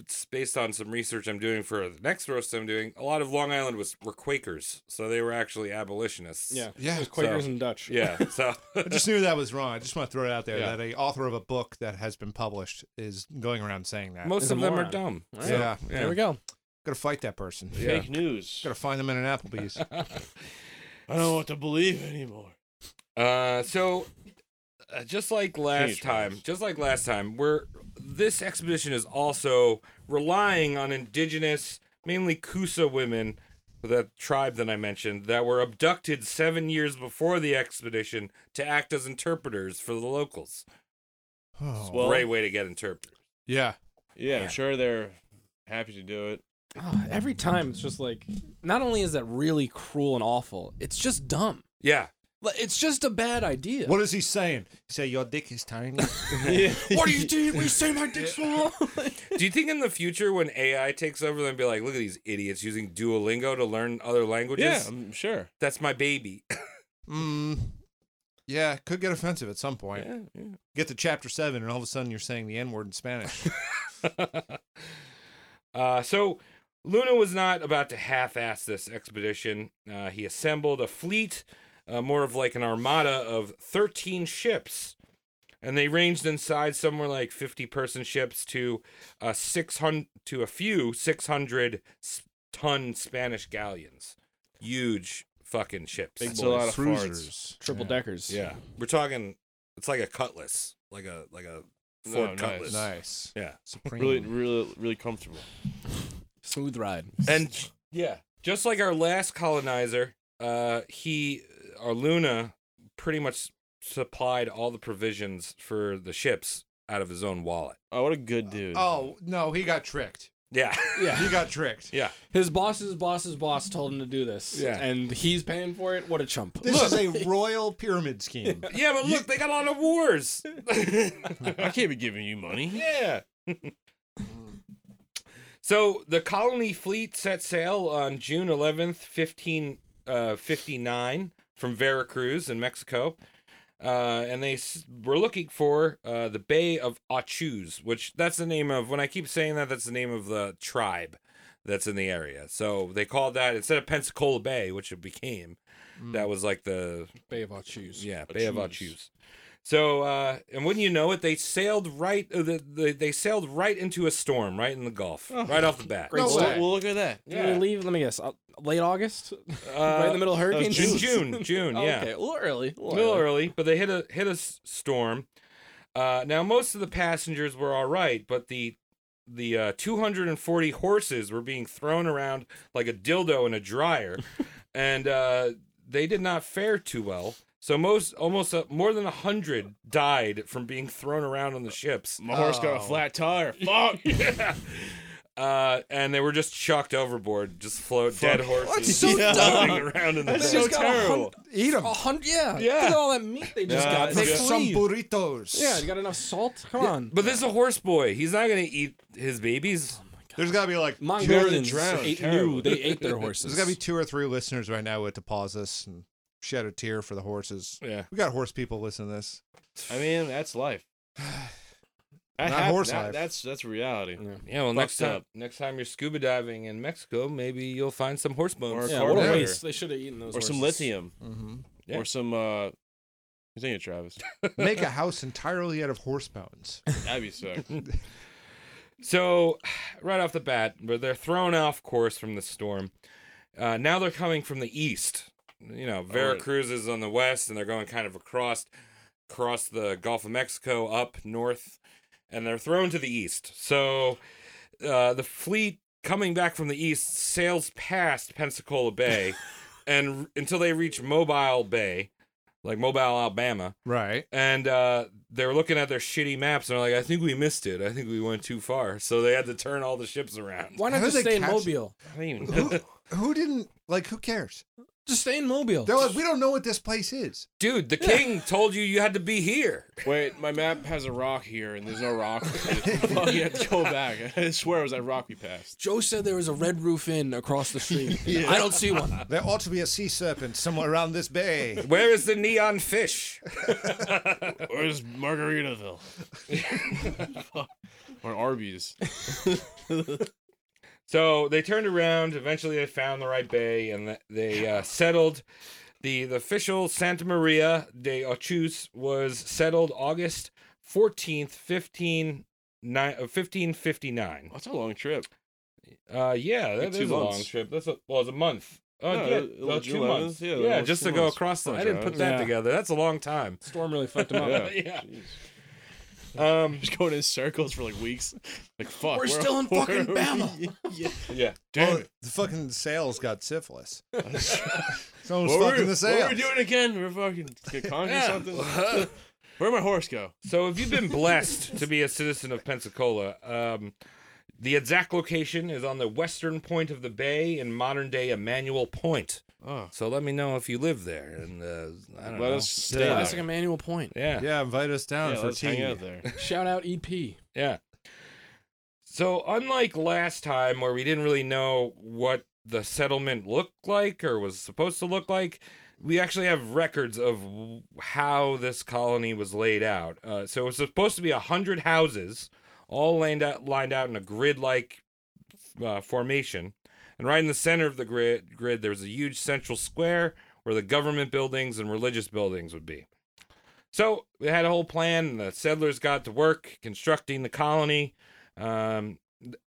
Speaker 7: it's based on some research I'm doing for the next roast I'm doing, a lot of Long Island was were Quakers, so they were actually abolitionists.
Speaker 6: Yeah.
Speaker 8: Yeah.
Speaker 6: It was Quakers
Speaker 7: So-
Speaker 6: and Dutch.
Speaker 7: yeah. So
Speaker 8: I just knew that was wrong. I just want to throw it out there
Speaker 9: Yeah.
Speaker 8: that a author of a book that has been published is going around saying that.
Speaker 7: most
Speaker 6: Is a
Speaker 7: of them are
Speaker 6: moron.
Speaker 7: dumb. So,
Speaker 8: yeah.
Speaker 7: yeah.
Speaker 6: There we go.
Speaker 8: Gotta fight that person.
Speaker 7: Yeah.
Speaker 9: fake news.
Speaker 8: Gotta find them in an Applebee's.
Speaker 9: I don't want to believe anymore.
Speaker 7: Uh, so uh, just like last
Speaker 9: Teenage
Speaker 7: time,
Speaker 9: Mutant.
Speaker 7: just like last time, we're this expedition is also relying on indigenous, mainly Kusa women, that tribe that I mentioned, that were abducted seven years before the expedition to act as interpreters for the locals.
Speaker 8: Oh.
Speaker 9: Well-
Speaker 7: Great way to get interpreters.
Speaker 8: yeah.
Speaker 9: Yeah, I'm sure they're happy to do it.
Speaker 6: Ah, every time it's just like, not only is that really cruel and awful, it's just dumb.
Speaker 7: Yeah.
Speaker 6: Like, It's just a bad idea.
Speaker 8: What is he saying? Say your dick is tiny.
Speaker 6: what are you doing? What are you saying my dick's small?
Speaker 7: Do you think in the future when AI takes over, they'll be like, "Look at these idiots using Duolingo to learn other languages."
Speaker 9: Yeah, I'm sure.
Speaker 7: that's my baby.
Speaker 8: mm, yeah, it could get offensive at some point.
Speaker 7: Yeah, yeah.
Speaker 8: Get to chapter seven, and all of a sudden you're saying the N word in Spanish.
Speaker 7: Uh, so Luna was not about to half-ass this expedition. Uh, he assembled a fleet, uh, more of like an armada of 13 ships, and they ranged in size somewhere like 50-person ships to a 600 to a few 600-ton Spanish galleons. Huge fucking ships.
Speaker 9: Big It's a lot of
Speaker 8: Cruisers.
Speaker 6: Triple
Speaker 8: Yeah.
Speaker 6: deckers.
Speaker 7: Yeah, we're talking. It's like a cutlass, like a like a
Speaker 9: No, nice.
Speaker 7: Ford Cutlass.
Speaker 8: Nice.
Speaker 7: Yeah.
Speaker 8: Supreme.
Speaker 9: Really, really, really comfortable.
Speaker 6: Smooth ride.
Speaker 7: and j- yeah, just like our last colonizer, uh, he our Luna pretty much supplied all the provisions for the ships out of his own wallet.
Speaker 9: Oh, what a good dude.
Speaker 8: Oh no, he got tricked.
Speaker 7: Yeah,
Speaker 6: Yeah.
Speaker 8: He got tricked.
Speaker 7: yeah.
Speaker 6: His boss's boss's boss told him to do this.
Speaker 7: Yeah.
Speaker 6: And he's paying for it. What a chump.
Speaker 8: This is a royal pyramid scheme.
Speaker 7: Yeah, but look, they got a lot of wars.
Speaker 9: I can't be giving you money.
Speaker 7: yeah. so the colony fleet set sail on June 11th, 15, uh, 59 from Veracruz in Mexico. Uh, and they s- were looking for uh, the Bay of Ochuz, which that's the name of, when I keep saying that, that's the name of the tribe that's in the area. So they called that, instead of Pensacola Bay, which it became, that was like the
Speaker 6: Bay of all shoes.
Speaker 7: yeah, Bay of Ochus. So, uh, and wouldn't you know it, they sailed right. Uh, the, the, they sailed right into a storm, right in the Gulf, right off the bat.
Speaker 6: Great
Speaker 8: No
Speaker 6: story.
Speaker 8: way.
Speaker 9: Well, look at that.
Speaker 6: Did we leave? Let me guess. Uh, late August, right in the middle of hurricane
Speaker 7: Uh, June, June,
Speaker 6: Oh,
Speaker 7: yeah,
Speaker 6: Okay, a little early. A
Speaker 7: a little early, but they hit a hit a s- storm. Uh, now most of the passengers were all right, but the the uh, 240 horses were being thrown around like a dildo in a dryer, and uh, they did not fare too well. So most almost uh, more than a hundred died from being thrown around on the ships.
Speaker 9: My horse got a flat tire. Fuck.
Speaker 7: Uh, and they were just chucked overboard, just float dead horses.
Speaker 6: That's Oh, so
Speaker 9: Yeah.
Speaker 6: dumb.
Speaker 7: floating around in the
Speaker 6: That's
Speaker 7: boat.
Speaker 6: just got a hun-
Speaker 9: terrible.
Speaker 8: Eat them.
Speaker 6: A hundred, yeah.
Speaker 7: Yeah.
Speaker 6: Look at all that meat they just
Speaker 7: Yeah,
Speaker 6: got.
Speaker 7: it's
Speaker 6: They
Speaker 7: good.
Speaker 8: Some
Speaker 6: clean.
Speaker 8: burritos.
Speaker 6: Yeah, you got enough salt. Come on.
Speaker 7: But this is a horse boy. He's not gonna eat his babies.
Speaker 8: There's got to be like
Speaker 6: Mongolians
Speaker 9: drowned.
Speaker 6: ate
Speaker 9: Terrible.
Speaker 6: knew they ate their horses.
Speaker 8: There's got to be two or three listeners right now who had to pause this and shed a tear for the horses.
Speaker 7: Yeah.
Speaker 8: We got horse people listening to this.
Speaker 9: I mean, that's life.
Speaker 8: Not
Speaker 9: That hap-
Speaker 8: horse
Speaker 9: that-
Speaker 8: life.
Speaker 9: That's that's reality.
Speaker 7: Yeah. Well, next
Speaker 9: Fucked
Speaker 7: time,
Speaker 9: up.
Speaker 7: next time you're scuba diving in Mexico, maybe you'll find some horse bones.
Speaker 9: Or
Speaker 6: yeah,
Speaker 9: Carter.
Speaker 6: what a waste. They should have eaten those.
Speaker 9: Or some
Speaker 6: horses.
Speaker 9: lithium.
Speaker 8: Mm-hmm.
Speaker 7: Yeah.
Speaker 9: Or some. uh Continue, Travis.
Speaker 8: Make a house entirely out of horse bones.
Speaker 9: That'd be sick.
Speaker 7: So, right off the bat, where they're thrown off course from the storm. Uh, now they're coming from the east. You know, Veracruz is on the west, and they're going kind of across, across the Gulf of Mexico up north, and they're thrown to the east. So, uh, the fleet coming back from the east sails past Pensacola Bay, and until they reach Mobile Bay, like Mobile, Alabama
Speaker 8: right.
Speaker 7: and uh, they were looking at their shitty maps and they're like, I think we missed it. I think we went too far. So they had to turn all the ships around.
Speaker 6: Why
Speaker 8: How
Speaker 6: not
Speaker 8: did
Speaker 6: just
Speaker 8: they
Speaker 6: stay in
Speaker 8: catch-
Speaker 6: Mobile?
Speaker 7: I don't even
Speaker 8: who, who didn't like? Who cares?
Speaker 6: Just stay in Mobile.
Speaker 8: They're like, we don't know what this place is.
Speaker 7: Dude, the king told you you had to be here.
Speaker 9: Wait, my map has a rock here, and there's no rock. Fuck, you have to go back. I swear it was that rock we passed.
Speaker 6: Joe said there was a red roof inn across the street. I don't see one.
Speaker 8: There ought to be a sea serpent somewhere around this bay.
Speaker 7: Where is the neon fish?
Speaker 9: Where's Margaritaville? Fuck. or Arby's.
Speaker 7: So they turned around. Eventually, they found the right bay and th- they uh, settled. The, the official Santa Maria de Ochus was settled August 14th, 15, ni- uh, 1559.
Speaker 9: That's a long trip.
Speaker 7: Uh, yeah, that
Speaker 9: Like
Speaker 7: is
Speaker 9: two
Speaker 7: a long
Speaker 9: months.
Speaker 7: trip. That's a, well, it's a month. Oh,
Speaker 9: No,
Speaker 7: yeah,
Speaker 9: it- it
Speaker 7: oh,
Speaker 9: was
Speaker 7: two
Speaker 9: July,
Speaker 7: months.
Speaker 9: yeah,
Speaker 7: Yeah,
Speaker 9: it was
Speaker 7: just
Speaker 9: two
Speaker 7: to go
Speaker 9: months.
Speaker 7: across. The,
Speaker 9: Fuck,
Speaker 7: I didn't put
Speaker 9: Travis.
Speaker 7: that
Speaker 6: Yeah.
Speaker 7: together. That's a long time.
Speaker 6: Storm really fucked them up.
Speaker 9: Yeah.
Speaker 7: yeah. Um.
Speaker 9: Just going in circles for like weeks. Like fuck.
Speaker 6: We're
Speaker 9: where-
Speaker 6: still in
Speaker 9: where
Speaker 6: fucking
Speaker 9: are we?
Speaker 6: Bama.
Speaker 9: yeah.
Speaker 7: Yeah.
Speaker 9: Damn
Speaker 8: Oh,
Speaker 9: it.
Speaker 8: the fucking sails got syphilis. Someone's
Speaker 9: What were
Speaker 8: fucking
Speaker 9: we-
Speaker 8: the
Speaker 9: What are
Speaker 8: sails.
Speaker 9: we doing again? We're fucking conquering
Speaker 7: Yeah.
Speaker 9: something. Where'd my horse go?
Speaker 7: So if you've been blessed to be a citizen of Pensacola, um, the exact location is on the western point of the bay in modern-day Emmanuel Point.
Speaker 9: Oh.
Speaker 7: So let me know if you live there, and uh, I don't
Speaker 9: Let
Speaker 7: know.
Speaker 9: us stay
Speaker 8: Yeah.
Speaker 6: Classic
Speaker 9: there.
Speaker 6: Emmanuel Point.
Speaker 7: yeah.
Speaker 8: Yeah, invite us down
Speaker 9: Yeah,
Speaker 8: for
Speaker 9: let's hang
Speaker 8: tea.
Speaker 9: out there.
Speaker 6: Shout out E EP.
Speaker 7: Yeah. So unlike last time where we didn't really know what the settlement looked like or was supposed to look like, we actually have records of w- how this colony was laid out. Uh, so it was supposed to be a hundred houses, all lined out, lined out in a grid-like uh, formation, and right in the center of the grid, grid there was a huge central square where the government buildings and religious buildings would be. So we had a whole plan. and The settlers got to work constructing the colony, um,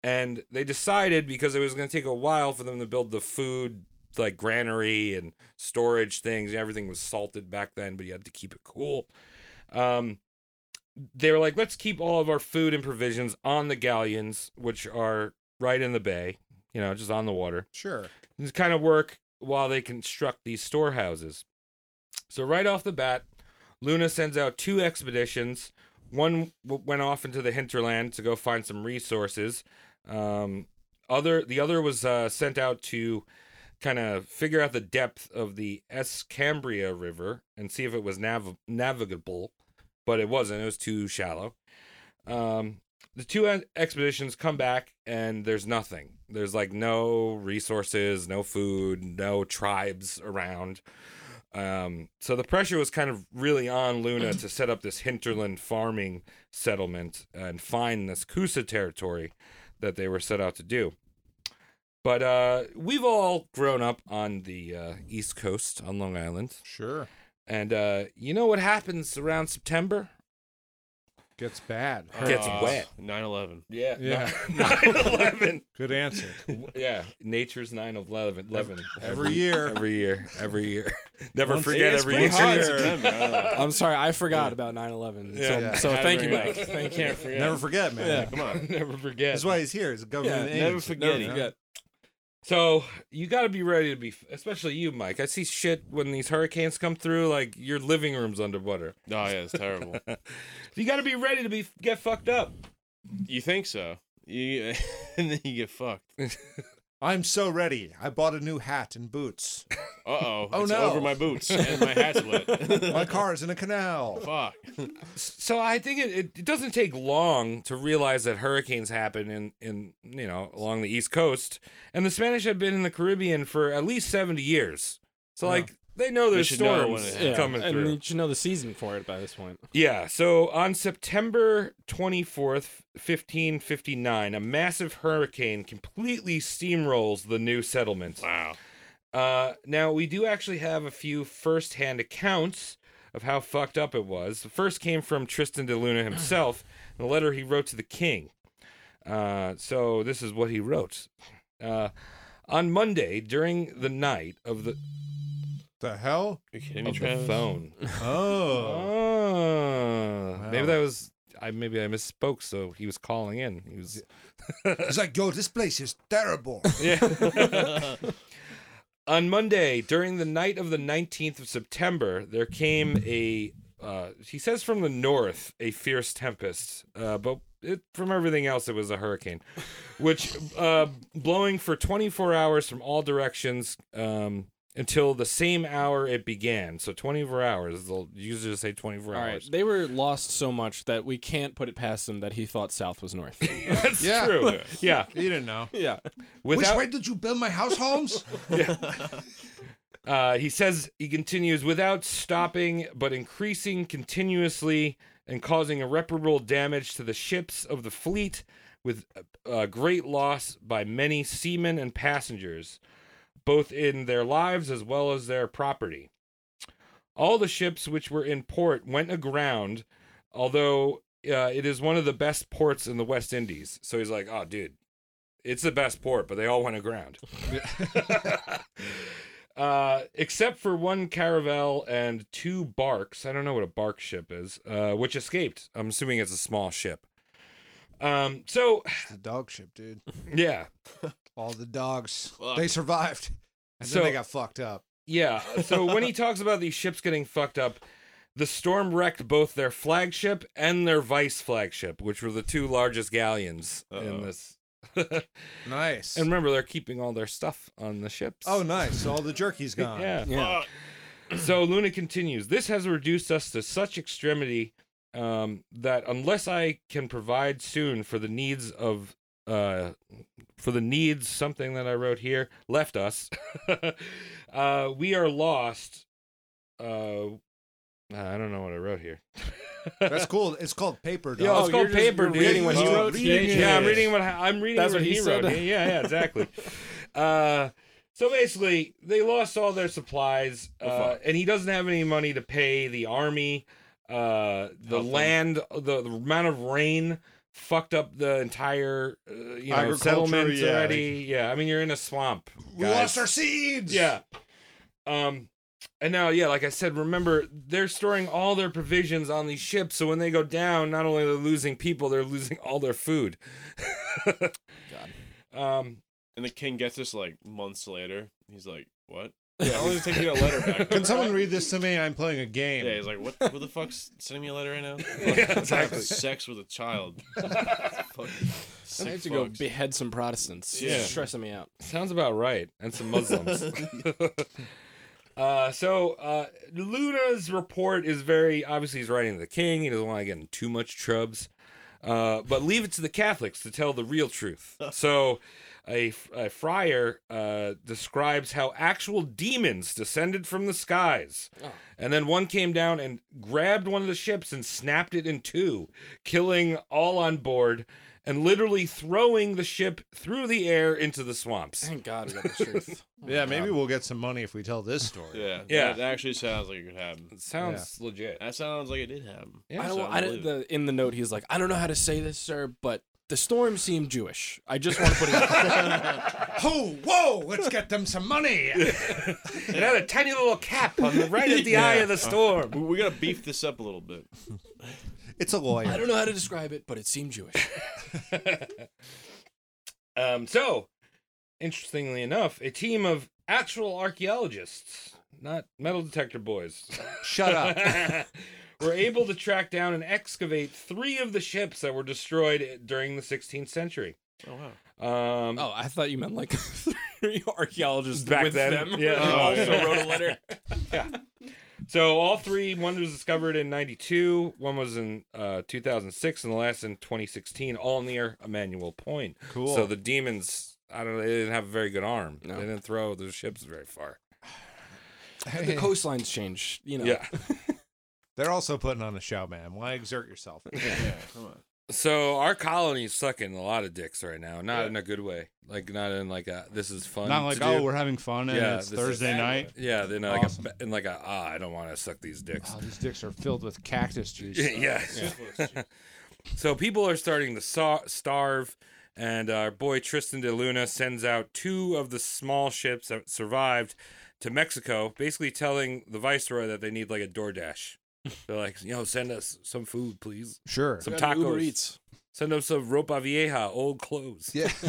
Speaker 7: and they decided because it was going to take a while for them to build the food, like granary and storage things. Everything was salted back then, but you had to keep it cool. Um, they were like, let's keep all of our food and provisions on the galleons, which are right in the bay, you know, just on the water
Speaker 8: Sure.
Speaker 7: this kind of work while they construct these storehouses. So right off the bat, Luna sends out two expeditions. One w- went off into the hinterland to go find some resources. Um, other the other was uh, sent out to kind of figure out the depth of the Escambria River and see if it was nav- navigable, but it wasn't. It was too shallow. Um, the two en- expeditions come back and there's nothing. There's like no resources, no food, no tribes around. Um, so the pressure was kind of really on Luna to set up this hinterland farming settlement and find this Kusa territory that they were set out to do. But uh, we've all grown up on the uh, East Coast on Long Island.
Speaker 8: Sure.
Speaker 7: And uh, you know what happens around September?
Speaker 8: Gets bad.
Speaker 7: Gets
Speaker 9: Uh,
Speaker 7: wet.
Speaker 9: Ah, 9/11.
Speaker 7: Yeah.
Speaker 8: Yeah.
Speaker 7: 9/11.
Speaker 8: Good answer.
Speaker 7: yeah. Nature's 9/11. 11.
Speaker 8: Every year.
Speaker 7: Every year. Every year. Never
Speaker 8: Once-
Speaker 7: forget
Speaker 9: It's
Speaker 7: every
Speaker 9: pretty hot in
Speaker 7: year.
Speaker 9: September. I don't know.
Speaker 6: I'm sorry, I forgot about 9/11.
Speaker 7: Yeah,
Speaker 6: so
Speaker 8: yeah.
Speaker 6: so
Speaker 9: Had it
Speaker 6: thank you,
Speaker 9: right
Speaker 6: Mike.
Speaker 9: up.
Speaker 6: Thank you.
Speaker 9: Can't forget.
Speaker 8: Never forget, man.
Speaker 6: Yeah.
Speaker 9: Come on.
Speaker 7: Never forget.
Speaker 8: That's why he's here. He's a government
Speaker 6: Yeah, never
Speaker 8: agency.
Speaker 9: forget
Speaker 8: you
Speaker 9: it.
Speaker 8: know?
Speaker 6: forget.
Speaker 7: So you got to be ready to be, especially you, Mike. I see shit when these hurricanes come through, like your living room's underwater.
Speaker 9: Oh yeah, it's terrible.
Speaker 7: You got to be ready to be get fucked up.
Speaker 9: you think so? You and then you get fucked.
Speaker 8: I'm so ready. I bought a new hat and boots.
Speaker 9: Uh oh.
Speaker 8: Oh,
Speaker 9: it's
Speaker 8: no.
Speaker 9: Over my boots and my hat's wet.
Speaker 8: My car's in a canal.
Speaker 9: Fuck.
Speaker 7: So I think it, it, it doesn't take long to realize that hurricanes happen in, in you know along the East Coast, and the Spanish have been in the Caribbean for at least seventy years. So like they know there's
Speaker 9: should know when
Speaker 7: storms
Speaker 9: it happens.
Speaker 7: coming
Speaker 6: and
Speaker 7: through.
Speaker 6: you should know the season for it by this point.
Speaker 7: Yeah, so on September 24th, 1559, a massive hurricane completely steamrolls the new settlement.
Speaker 9: Wow.
Speaker 7: Uh, now, we do actually have a few first hand accounts of how fucked up it was. The first came from Tristan de Luna himself in a letter he wrote to the king. Uh, so, this is what he wrote. Uh, on Monday, during the night of the,
Speaker 8: The hell?
Speaker 9: You kidding me,
Speaker 7: of the
Speaker 9: Travis?
Speaker 7: phone,
Speaker 8: Oh.
Speaker 7: Oh, maybe
Speaker 8: Wow.
Speaker 7: that was I. Maybe I misspoke. So he was calling in. He was
Speaker 8: It's like, yo, this place is terrible.
Speaker 7: on Monday during the night of the nineteenth of September. There came a. Uh, he says from the north, a fierce tempest. Uh, but it, from everything else, it was a hurricane, which uh, blowing for twenty four hours from all directions. Um, until the same hour it began, so 24 hours. They'll usually just say 24
Speaker 6: All right,
Speaker 7: hours.
Speaker 6: they were lost so much that we can't put it past them that he thought south was north.
Speaker 7: That's
Speaker 8: Yeah.
Speaker 7: true. Yeah,
Speaker 8: you didn't know.
Speaker 6: yeah,
Speaker 7: without
Speaker 8: Which way did you build my house, Holmes?
Speaker 7: Uh, he says he continues without stopping, but increasing continuously and causing irreparable damage to the ships of the fleet, with uh, great loss by many seamen and passengers, both in their lives as well as their property. All the ships which were in port went aground, although uh, it is one of the best ports in the West Indies. So he's like, "Oh, dude, it's the best port, but they all went aground." Uh, except for one caravel and two barks. I don't know what a bark ship is, uh, which escaped. I'm assuming it's a small ship. Um, so
Speaker 8: It's the dog ship, dude.
Speaker 7: yeah,
Speaker 8: All the dogs.
Speaker 9: Fuck.
Speaker 8: They survived. And
Speaker 7: So-
Speaker 8: then they got fucked up.
Speaker 7: yeah. So when he talks about these ships getting fucked up, the storm wrecked both their flagship and their vice flagship, which were the two largest galleons in
Speaker 9: Uh-oh.
Speaker 7: this.
Speaker 8: Nice.
Speaker 7: and remember, they're keeping all their stuff on the ships.
Speaker 8: oh, nice. All the jerky's gone.
Speaker 7: yeah.
Speaker 6: yeah.
Speaker 7: So Luna continues. This has reduced us to such extremity um, that unless I can provide soon for the needs of uh, for the needs something that I wrote here left us, uh, we are lost. Uh, I don't know what I wrote here.
Speaker 8: That's cool. It's called paper dog.
Speaker 7: Yeah, it's
Speaker 6: Oh,
Speaker 7: called
Speaker 6: you're just-
Speaker 7: paper.
Speaker 6: you're
Speaker 7: dude.
Speaker 6: reading
Speaker 8: what he
Speaker 7: Oh,
Speaker 8: wrote.
Speaker 7: reading-
Speaker 8: Yeah,
Speaker 7: yeah,
Speaker 8: yeah,
Speaker 7: I'm
Speaker 8: yeah.
Speaker 7: reading what I'm reading.
Speaker 6: That's
Speaker 7: what,
Speaker 6: what
Speaker 7: he,
Speaker 6: he
Speaker 7: wrote.
Speaker 6: said.
Speaker 7: Yeah, yeah, exactly. uh, so basically, they lost all their supplies, uh, and he doesn't have any money to pay the army. Uh, the
Speaker 9: Help them.
Speaker 7: land, the, the amount of rain fucked up the entire uh, you know
Speaker 8: Agriculture,
Speaker 7: settlement
Speaker 8: yeah.
Speaker 7: already. Yeah, I mean you're in a swamp.
Speaker 8: we
Speaker 7: guys.
Speaker 8: lost our seeds.
Speaker 7: Yeah. Um, and now, yeah, like I said, remember they're storing all their provisions on these ships, so when they go down, not only are they losing people, they're losing all their food. God. Um,
Speaker 9: And the king gets this like months later. He's like, "What? How long does it take to get a letter back?"
Speaker 8: Can someone read this to me? I'm playing a game.
Speaker 9: Yeah, he's like, "What? Who the fuck's sending me a letter right now?" exactly. Sex with a child. Fucking sick
Speaker 6: I have to go
Speaker 9: fucks.
Speaker 6: behead some Protestants.
Speaker 9: Yeah.
Speaker 6: Yeah, stressing me out.
Speaker 7: Sounds about right. And some Muslims. uh, so uh, Luna's report is very obviously he's writing to the king. He doesn't want to get in too much trubs. Uh, but leave it to the Catholics to tell the real truth. So a, a friar uh, describes how actual demons descended from the skies. And then one came down and grabbed one of the ships and snapped it in two, killing all on board and literally throwing the ship through the air into the swamps.
Speaker 6: Thank God we got the truth.
Speaker 8: yeah, maybe we'll get some money if we tell this story.
Speaker 9: Yeah,
Speaker 7: Yeah.
Speaker 9: That, that actually sounds like it could happen.
Speaker 7: It sounds legit.
Speaker 9: That sounds like it did happen.
Speaker 6: I
Speaker 9: So
Speaker 6: don't,
Speaker 9: I
Speaker 6: I don't-
Speaker 9: believe it.
Speaker 6: the, in the note, he's like, I don't know how to say this, sir, but the storm seemed Jewish. I just want to put it out there.
Speaker 8: Oh, whoa! Let's get them some money.
Speaker 7: It had a tiny little cap on the right at the eye of the storm.
Speaker 9: We, we gotta beef this up a little bit.
Speaker 8: it's a lawyer.
Speaker 6: I don't know how to describe it, but it seemed Jewish.
Speaker 7: Um, so, interestingly enough, a team of actual archaeologists, not metal detector boys,
Speaker 8: Shut up.
Speaker 7: were able to track down and excavate three of the ships that were destroyed during the 16th century.
Speaker 9: Oh wow.
Speaker 7: Um,
Speaker 6: Oh, I thought you meant like three archaeologists
Speaker 7: Back
Speaker 6: with
Speaker 7: then,
Speaker 6: them.
Speaker 7: yeah.
Speaker 6: who
Speaker 7: Oh,
Speaker 6: also
Speaker 7: yeah.
Speaker 6: wrote a letter.
Speaker 7: So all three, one was discovered in 92, one was in uh, 2006, and the last in 2016, all near Emmanuel Point.
Speaker 8: Cool.
Speaker 7: So the demons, I don't know, they didn't have a very good arm.
Speaker 6: No.
Speaker 7: They didn't throw their ships very far.
Speaker 6: The coastlines change, you know.
Speaker 7: Yeah.
Speaker 8: They're also putting on a show, man. Why exert yourself?
Speaker 7: So our colony's sucking a lot of dicks right now. Not in a good way. Like not in like a this is fun.
Speaker 3: Not like
Speaker 7: to
Speaker 3: oh,
Speaker 7: do.
Speaker 3: we're having fun and
Speaker 7: Yeah,
Speaker 3: it's
Speaker 7: this is-
Speaker 3: Thursday night.
Speaker 7: yeah, then like
Speaker 8: Awesome.
Speaker 7: a, in like a ah, I don't want to suck these dicks.
Speaker 8: Oh, these dicks are filled with cactus juice.
Speaker 7: yeah. so people are starting to saw- starve, and uh, our boy Tristan de Luna sends out two of the small ships that survived to Mexico, basically telling the viceroy that they need like a DoorDash. They're like, you know, send us some food, please.
Speaker 8: Sure.
Speaker 7: Some
Speaker 6: Got
Speaker 7: tacos.
Speaker 6: the Uber Eats.
Speaker 7: Send us some ropa vieja, old clothes.
Speaker 8: Yeah.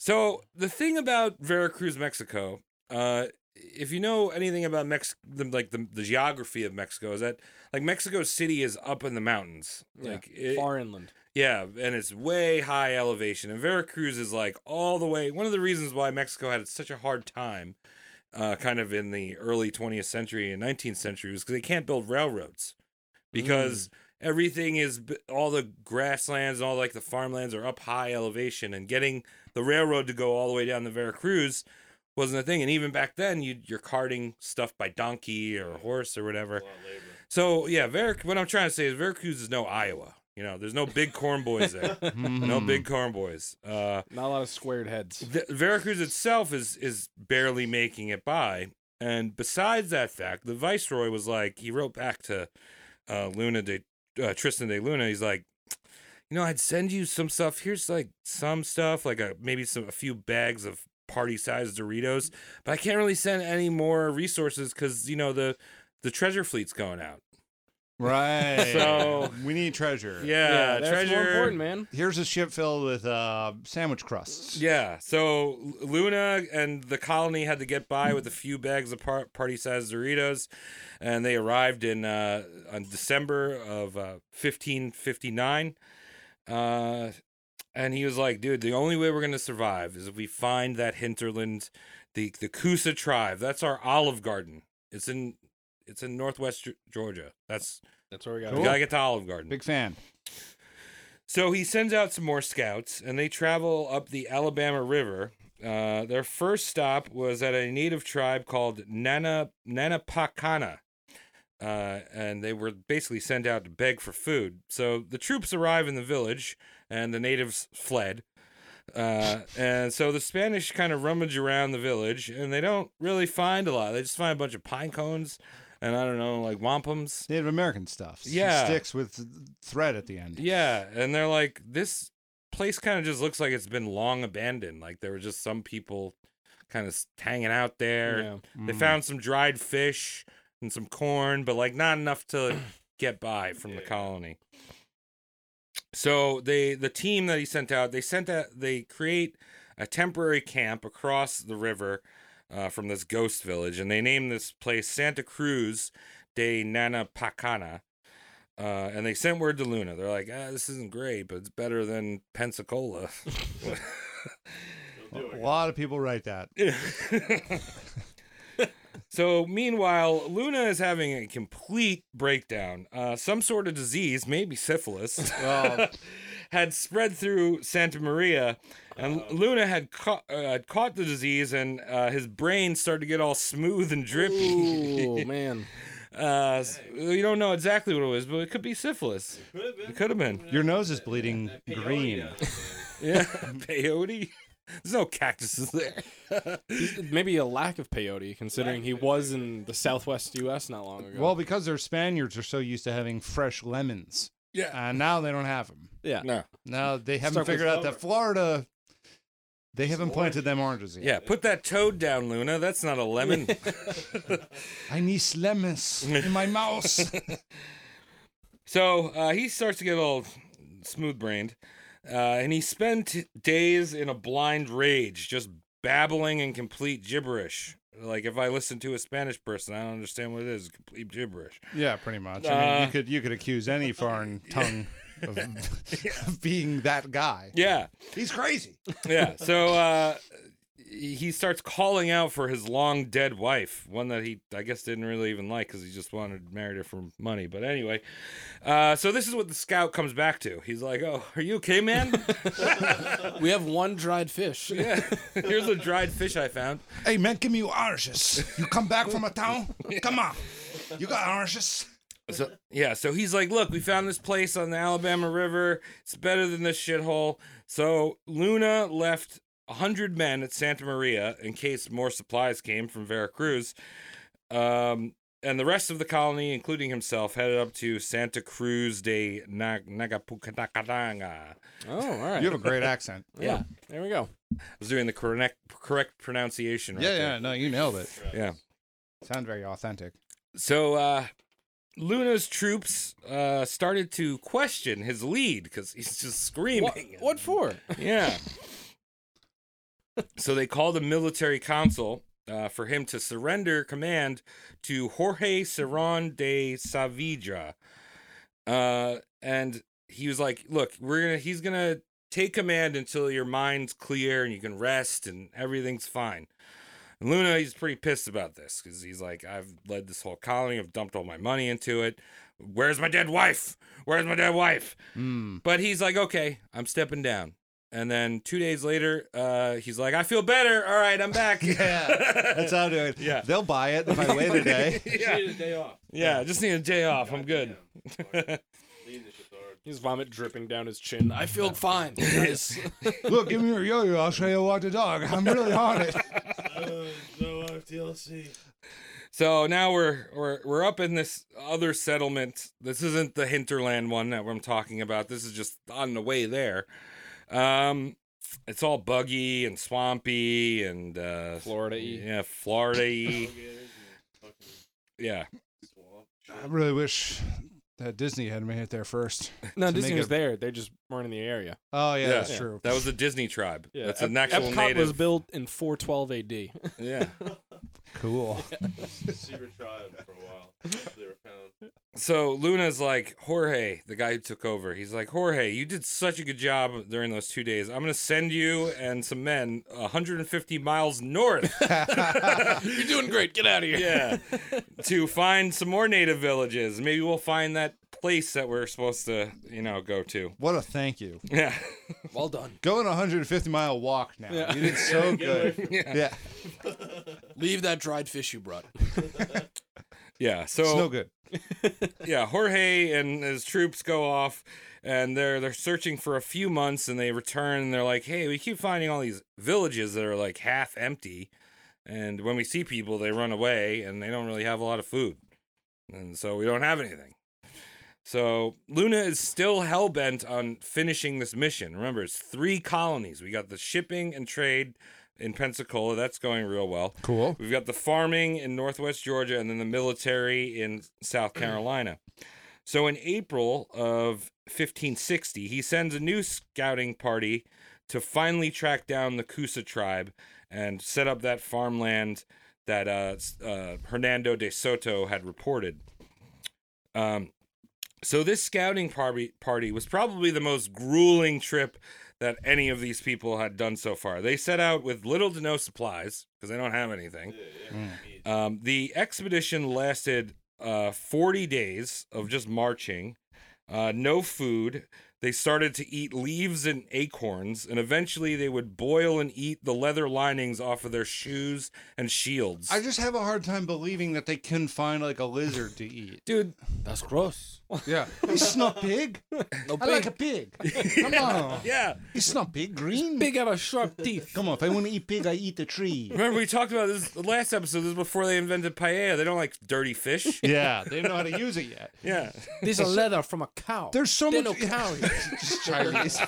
Speaker 7: So the thing about Veracruz, Mexico, uh, if you know anything about Mex, the, like the, the geography of Mexico, is that like Mexico City is up in the mountains,
Speaker 6: Yeah,
Speaker 7: like it-
Speaker 6: far inland.
Speaker 7: yeah, and it's way high elevation. And Veracruz is like all the way. One of the reasons why Mexico had such a hard time, uh, kind of in the early 20th century and 19th century, was because they can't build railroads because everything is b- all the grasslands and all like the farmlands are up high elevation, and getting the railroad to go all the way down to Veracruz wasn't a thing. And even back then, you you're carting stuff by donkey or horse or whatever. So yeah, Verac- what I'm trying to say is Veracruz is no Iowa. You know, there's no big corn boys there. no big corn boys. Uh,
Speaker 6: Not a lot of squared heads.
Speaker 7: the, Veracruz itself is is barely making it by. And besides that fact, the viceroy was like, he wrote back to uh, Luna de uh, Tristan de Luna. He's like, you know, I'd send you some stuff. Here's like some stuff, like a maybe some a few bags of party sized Doritos, but I can't really send any more resources because you know the the treasure fleet's going out.
Speaker 8: Right.
Speaker 7: So-
Speaker 8: we need treasure.
Speaker 7: Yeah,
Speaker 6: that's
Speaker 7: treasure.
Speaker 6: more important, man.
Speaker 8: Here's a ship filled with uh, sandwich crusts.
Speaker 7: Yeah, so L- Luna and the colony had to get by with a few bags of par- party-sized Doritos, and they arrived in uh, on December of uh, 1559. Uh, and he was like, "Dude, the only way we're gonna survive is if we find that hinterland, the the Coosa tribe. That's our Olive Garden. It's in it's in northwest Ge- Georgia. That's
Speaker 6: That's where we got
Speaker 7: we gotta get to Olive Garden.
Speaker 3: Big fan.
Speaker 7: So he sends out some more scouts, and they travel up the Alabama River. Uh, their first stop was at a native tribe called Nana Nanapakana, uh, and they were basically sent out to beg for food. So the troops arrive in the village, and the natives fled. Uh, and so the Spanish kind of rummage around the village, and they don't really find a lot. They just find a bunch of pine cones, and I don't know, like wampums.
Speaker 3: Native American stuff. S-
Speaker 7: Yeah.
Speaker 3: Sticks with thread at the end.
Speaker 7: Yeah, and they're like, this place kind of just looks like it's been long abandoned. Like there were just some people kind of hanging out there.
Speaker 6: Yeah.
Speaker 7: They
Speaker 8: Mm.
Speaker 7: found some dried fish and some corn, but like not enough to get by from the colony. So they the team that he sent out, they sent out they create a temporary camp across the river uh, from this ghost village, and they named this place Santa Cruz de Nanapacana. Uh, and they sent word to Luna. They're like, ah, this isn't great, but it's better than Pensacola.
Speaker 8: A lot of people write that.
Speaker 7: So, meanwhile, Luna is having a complete breakdown. Uh, some sort of disease, maybe syphilis.
Speaker 8: Well,
Speaker 7: had spread through Santa Maria, and Luna had caught, uh, had caught the disease, and uh, his brain started to get all smooth and drippy.
Speaker 6: Oh man.
Speaker 7: Uh, s- you don't know exactly what it was, but it could be syphilis. It could have been.
Speaker 8: Your nose is bleeding green.
Speaker 7: Yeah, peyote. There's no cactuses there.
Speaker 6: Maybe a lack of peyote, considering he was in the Southwest U.S. not long ago.
Speaker 8: Well, because their Spaniards are so used to having fresh lemons.
Speaker 7: Yeah.
Speaker 8: And now they don't have them.
Speaker 6: yeah,
Speaker 7: No.
Speaker 8: Now they haven't
Speaker 6: Stuck with
Speaker 8: figured out that Florida, they haven't planted them oranges yet.
Speaker 7: Yeah, put that toad down, Luna. That's not a lemon.
Speaker 8: I need lemons in my mouth.
Speaker 7: So uh, he starts to get all smooth brained, uh, and he spent days in a blind rage, just babbling in complete gibberish. Like if I listen to a Spanish person, I don't understand what it is. Complete gibberish.
Speaker 8: yeah, pretty much. I mean,
Speaker 7: Uh,
Speaker 8: you could you could accuse any foreign tongue of, of being that guy.
Speaker 7: Yeah,
Speaker 8: He's crazy.
Speaker 7: yeah. So uh, he starts calling out for his long dead wife, one that he I guess didn't really even like because he just wanted married her for money. But anyway, uh, so this is what the scout comes back to. He's like, "Oh, are you okay, man?
Speaker 6: we have one dried fish.
Speaker 7: Here's a dried fish I found."
Speaker 8: Hey man, give me your oranges. You come back from a town? Come on. You got oranges?
Speaker 7: So yeah, so he's like, "Look, we found this place on the Alabama River. It's better than this shithole." So Luna left a hundred men at Santa Maria in case more supplies came from Veracruz, um, and the rest of the colony, including himself, headed up to Santa Cruz de Na- Nagapucatanga. I
Speaker 6: Oh, all right.
Speaker 8: You have a great accent.
Speaker 6: yeah, there we go.
Speaker 7: was doing the correct correct pronunciation. Right
Speaker 3: Yeah,
Speaker 7: there.
Speaker 3: yeah, no, you nailed it.
Speaker 7: yeah.
Speaker 8: Sound very authentic.
Speaker 7: So uh, Luna's troops uh, started to question his lead because he's just screaming.
Speaker 6: What, what for?
Speaker 7: Yeah. so they called a military council uh, for him to surrender command to Jorge Serran de Savidra. Uh, and he was like, look, we're going to, he's going to take command until your mind's clear and you can rest and everything's fine. And Luna, he's pretty pissed about this because he's like, I've led this whole colony. I've dumped all my money into it. Where's my dead wife? Where's my dead wife?
Speaker 8: Hmm.
Speaker 7: But he's like, okay, I'm stepping down. And then two days later, uh, he's like, I feel better. All right, I'm back.
Speaker 8: Yeah, that's how I do it.
Speaker 7: Yeah.
Speaker 8: They'll buy it if I wait a day.
Speaker 7: yeah.
Speaker 9: day off.
Speaker 7: yeah, just need a day off. I'm good.
Speaker 6: His vomit dripping down his chin. I feel fine. Guys.
Speaker 8: Look, give me your yo-yo. I'll show you walk the dog. I'm really on it.
Speaker 9: Uh, No off TLC.
Speaker 7: So now we're we're we're up in this other settlement. This isn't the hinterland one that I'm talking about. This is just on the way there. Um, it's all buggy and swampy and uh,
Speaker 6: Florida.
Speaker 7: Yeah, Florida. yeah,
Speaker 8: I really wish that Disney had made it there first.
Speaker 6: No,
Speaker 8: To
Speaker 6: Disney
Speaker 8: make
Speaker 6: was
Speaker 8: it-
Speaker 6: there. They just weren't in the area.
Speaker 8: Oh yeah,
Speaker 7: Yeah.
Speaker 8: that's true.
Speaker 7: that was the Disney tribe. That's an
Speaker 6: Ep-
Speaker 7: actual
Speaker 6: Epcot
Speaker 7: native.
Speaker 6: was built in 412 AD.
Speaker 7: yeah.
Speaker 8: cool.
Speaker 9: Secret tribe for a while. They were found.
Speaker 7: So Luna's like, Jorge, the guy who took over, he's like, Jorge, you did such a good job during those two days. I'm going to send you and some men 150 miles north.
Speaker 6: You're doing great. Get out of here.
Speaker 7: yeah. To find some more native villages. Maybe we'll find that place that we're supposed to, you know, go to.
Speaker 8: What a thank you.
Speaker 7: Yeah.
Speaker 6: Well done.
Speaker 8: Go on a 150 mile walk now. You did so good.
Speaker 7: Yeah.
Speaker 8: Yeah,
Speaker 6: Leave that dried fish you brought.
Speaker 7: Yeah. So,
Speaker 8: it's no good.
Speaker 7: yeah, Jorge and his troops go off and they're they're searching for a few months and they return and they're like, "Hey, we keep finding all these villages that are like half empty." And when we see people, they run away and they don't really have a lot of food. And so we don't have anything. So Luna is still hell bent on finishing this mission. Remember, it's three colonies. We got the shipping and trade in Pensacola. That's going real well.
Speaker 8: Cool.
Speaker 7: We've got the farming in Northwest Georgia and then the military in South Carolina. So in April of 1560, he sends a new scouting party to finally track down the Coosa tribe and set up that farmland that uh, s- uh, Hernando de Soto had reported. Um, so this scouting party party was probably the most grueling trip that any of these people had done so far. They set out with little to no supplies because they don't have anything. Um, the expedition lasted uh, 40 days of just marching, uh, no food. They started to eat leaves and acorns, and eventually they would boil and eat the leather linings off of their shoes and shields.
Speaker 8: I just have a hard time believing that they couldn't find like a lizard to eat.
Speaker 6: Dude, that's gross.
Speaker 8: Yeah. He's not big. I like a pig. Come on.
Speaker 7: yeah.
Speaker 8: He's not big. Green.
Speaker 6: Big have a sharp teeth.
Speaker 8: Come on. If I want to eat pig, I eat a tree.
Speaker 7: Remember we talked about this the last episode. This is before they invented paella. They don't like dirty fish.
Speaker 10: Yeah, they didn't know how to use it yet.
Speaker 7: Yeah.
Speaker 6: This is leather from a cow.
Speaker 8: There's so
Speaker 6: They
Speaker 8: much.
Speaker 6: no cow.
Speaker 8: Just Chinese.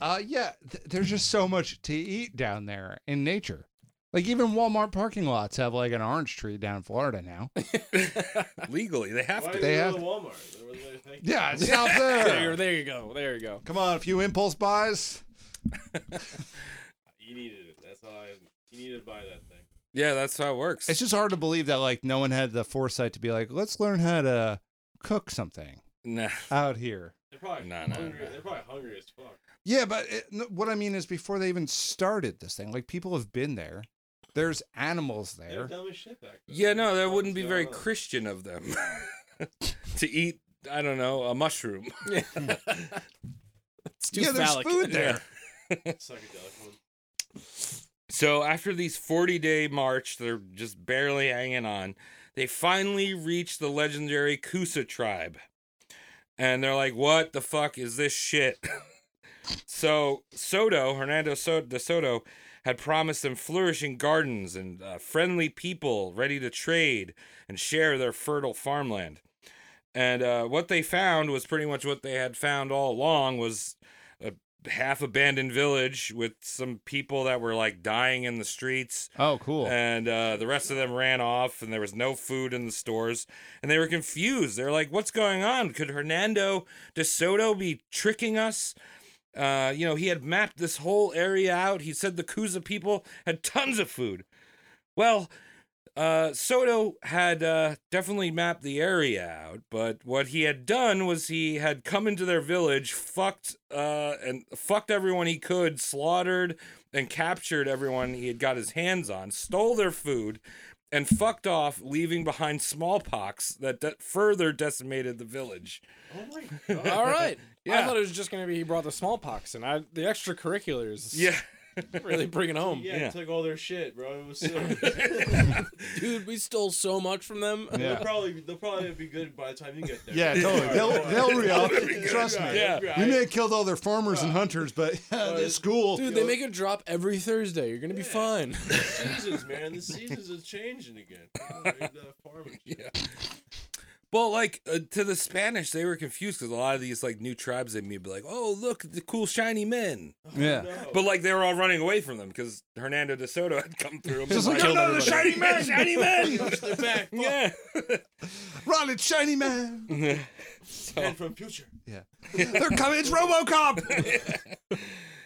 Speaker 8: uh, yeah, th- there's just so much to eat down there in nature. Like even Walmart parking lots have like an orange tree down in Florida now.
Speaker 7: Legally, they have to.
Speaker 8: They have.
Speaker 9: Walmart. Where were they thinking?
Speaker 8: Yeah, it's out there.
Speaker 6: There, there you go. There you go.
Speaker 8: Come on, a few impulse buys.
Speaker 9: You needed it. That's all I. You needed to buy that thing.
Speaker 7: Yeah, that's how it works.
Speaker 8: It's just hard to believe that like no one had the foresight to be like, let's learn how to cook something
Speaker 7: nah.
Speaker 8: out here.
Speaker 9: They're probably
Speaker 7: Nah, nah,
Speaker 9: hungry.
Speaker 7: nah.
Speaker 9: They're probably hungry as fuck.
Speaker 8: Yeah, but it, no, what I mean is before they even started this thing, like people have been there. There's animals
Speaker 9: They
Speaker 8: there.
Speaker 9: were dumb as shit back then.
Speaker 7: Yeah, no, that
Speaker 9: What
Speaker 7: wouldn't
Speaker 9: was
Speaker 7: be very
Speaker 9: going on?
Speaker 7: Christian of them to eat. I don't know a mushroom.
Speaker 6: It's too
Speaker 8: Yeah, there's
Speaker 6: phallic.
Speaker 8: food there.
Speaker 9: Psychedelic one.
Speaker 7: So after these 40 day march, they're just barely hanging on. They finally reach the legendary Kusa tribe. And they're like, what the fuck is this shit? so Soto, Hernando so- de Soto, had promised them flourishing gardens and uh, friendly people ready to trade and share their fertile farmland. And uh, what they found was pretty much what they had found all along was half abandoned village with some people that were like dying in the streets
Speaker 8: Oh, cool.
Speaker 7: and uh, the rest of them ran off and there was no food in the stores and they were confused they're like what's going on could hernando de soto be tricking us uh, you know he had mapped this whole area out he said the kuza people had tons of food well uh, Soto had uh, definitely mapped the area out, but what he had done was he had come into their village, fucked uh, and fucked everyone he could, slaughtered and captured everyone he had got his hands on, stole their food, and fucked off, leaving behind smallpox that de- further decimated the village.
Speaker 9: Oh
Speaker 6: All right. I
Speaker 7: Yeah.
Speaker 6: thought it was just going to be he brought the smallpox, and I the extracurriculars
Speaker 7: Yeah,
Speaker 6: really bring it home.
Speaker 9: Yeah,
Speaker 7: Yeah.
Speaker 9: It took all their shit, bro. It was sick.
Speaker 6: Dude, we stole so much from them.
Speaker 9: They'll
Speaker 8: yeah.
Speaker 9: probably they'll probably be good by the time you get there.
Speaker 8: Yeah, totally. They'll, they'll re up. Trust me.
Speaker 7: Yeah.
Speaker 8: We may have killed all their farmers and hunters, but this school.
Speaker 6: Dude, they make a drop every Thursday. You're going to be fine.
Speaker 9: seasons, man. The seasons are changing again. yeah.
Speaker 7: Well, like uh, to the Spanish, they were confused because a lot of these like new tribes they meet be like, "Oh, look, the cool shiny men."
Speaker 8: yeah.
Speaker 7: But like they were all running away from them because Hernando de Soto had come through and
Speaker 8: Just
Speaker 7: been
Speaker 8: like,
Speaker 7: like,
Speaker 8: oh no, the shiny man, shiny man!
Speaker 9: They're back.
Speaker 7: yeah.
Speaker 8: Ron, it's shiny man!
Speaker 9: And from future.
Speaker 8: They're coming, it's Robocop!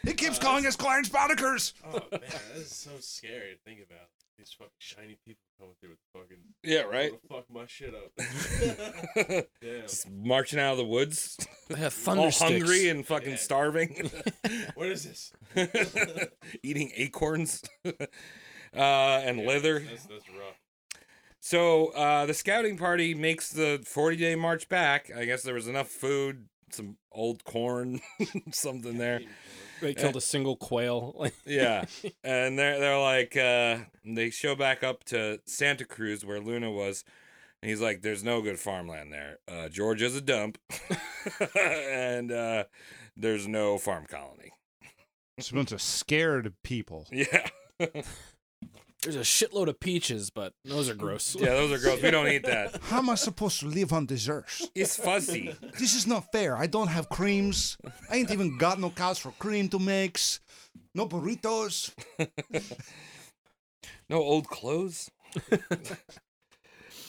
Speaker 8: he keeps calling us Clarence Boddicker's!
Speaker 9: Oh man, this is so scary to think about. These fucking shiny people coming through with fucking
Speaker 7: yeah, right.
Speaker 9: I'm gonna fuck my shit up. Damn.
Speaker 7: Just marching out of the woods,
Speaker 6: Thunder
Speaker 7: all hungry and fucking
Speaker 9: Yeah.
Speaker 7: starving,
Speaker 9: What is this?
Speaker 7: eating acorns uh, and leather.
Speaker 9: That's that's rough.
Speaker 7: So uh, the scouting party makes the 40 day march back. I guess there was enough food, some old corn, something there.
Speaker 6: They killed a single quail. Like,
Speaker 7: Yeah. and they're they're like uh they show back up to Santa Cruz where Luna was and he's like there's no good farmland there. Uh Georgia's a dump. and uh there's no farm colony.
Speaker 8: It's a bunch of scared people.
Speaker 7: Yeah.
Speaker 6: there's a shitload of peaches, but those are gross.
Speaker 7: Yeah, those are gross. We don't eat that.
Speaker 8: How am I supposed to live on desserts?
Speaker 7: It's fuzzy.
Speaker 8: This is not fair. I don't have creams. I ain't even got no cows for cream to mix. No burritos.
Speaker 7: No old clothes.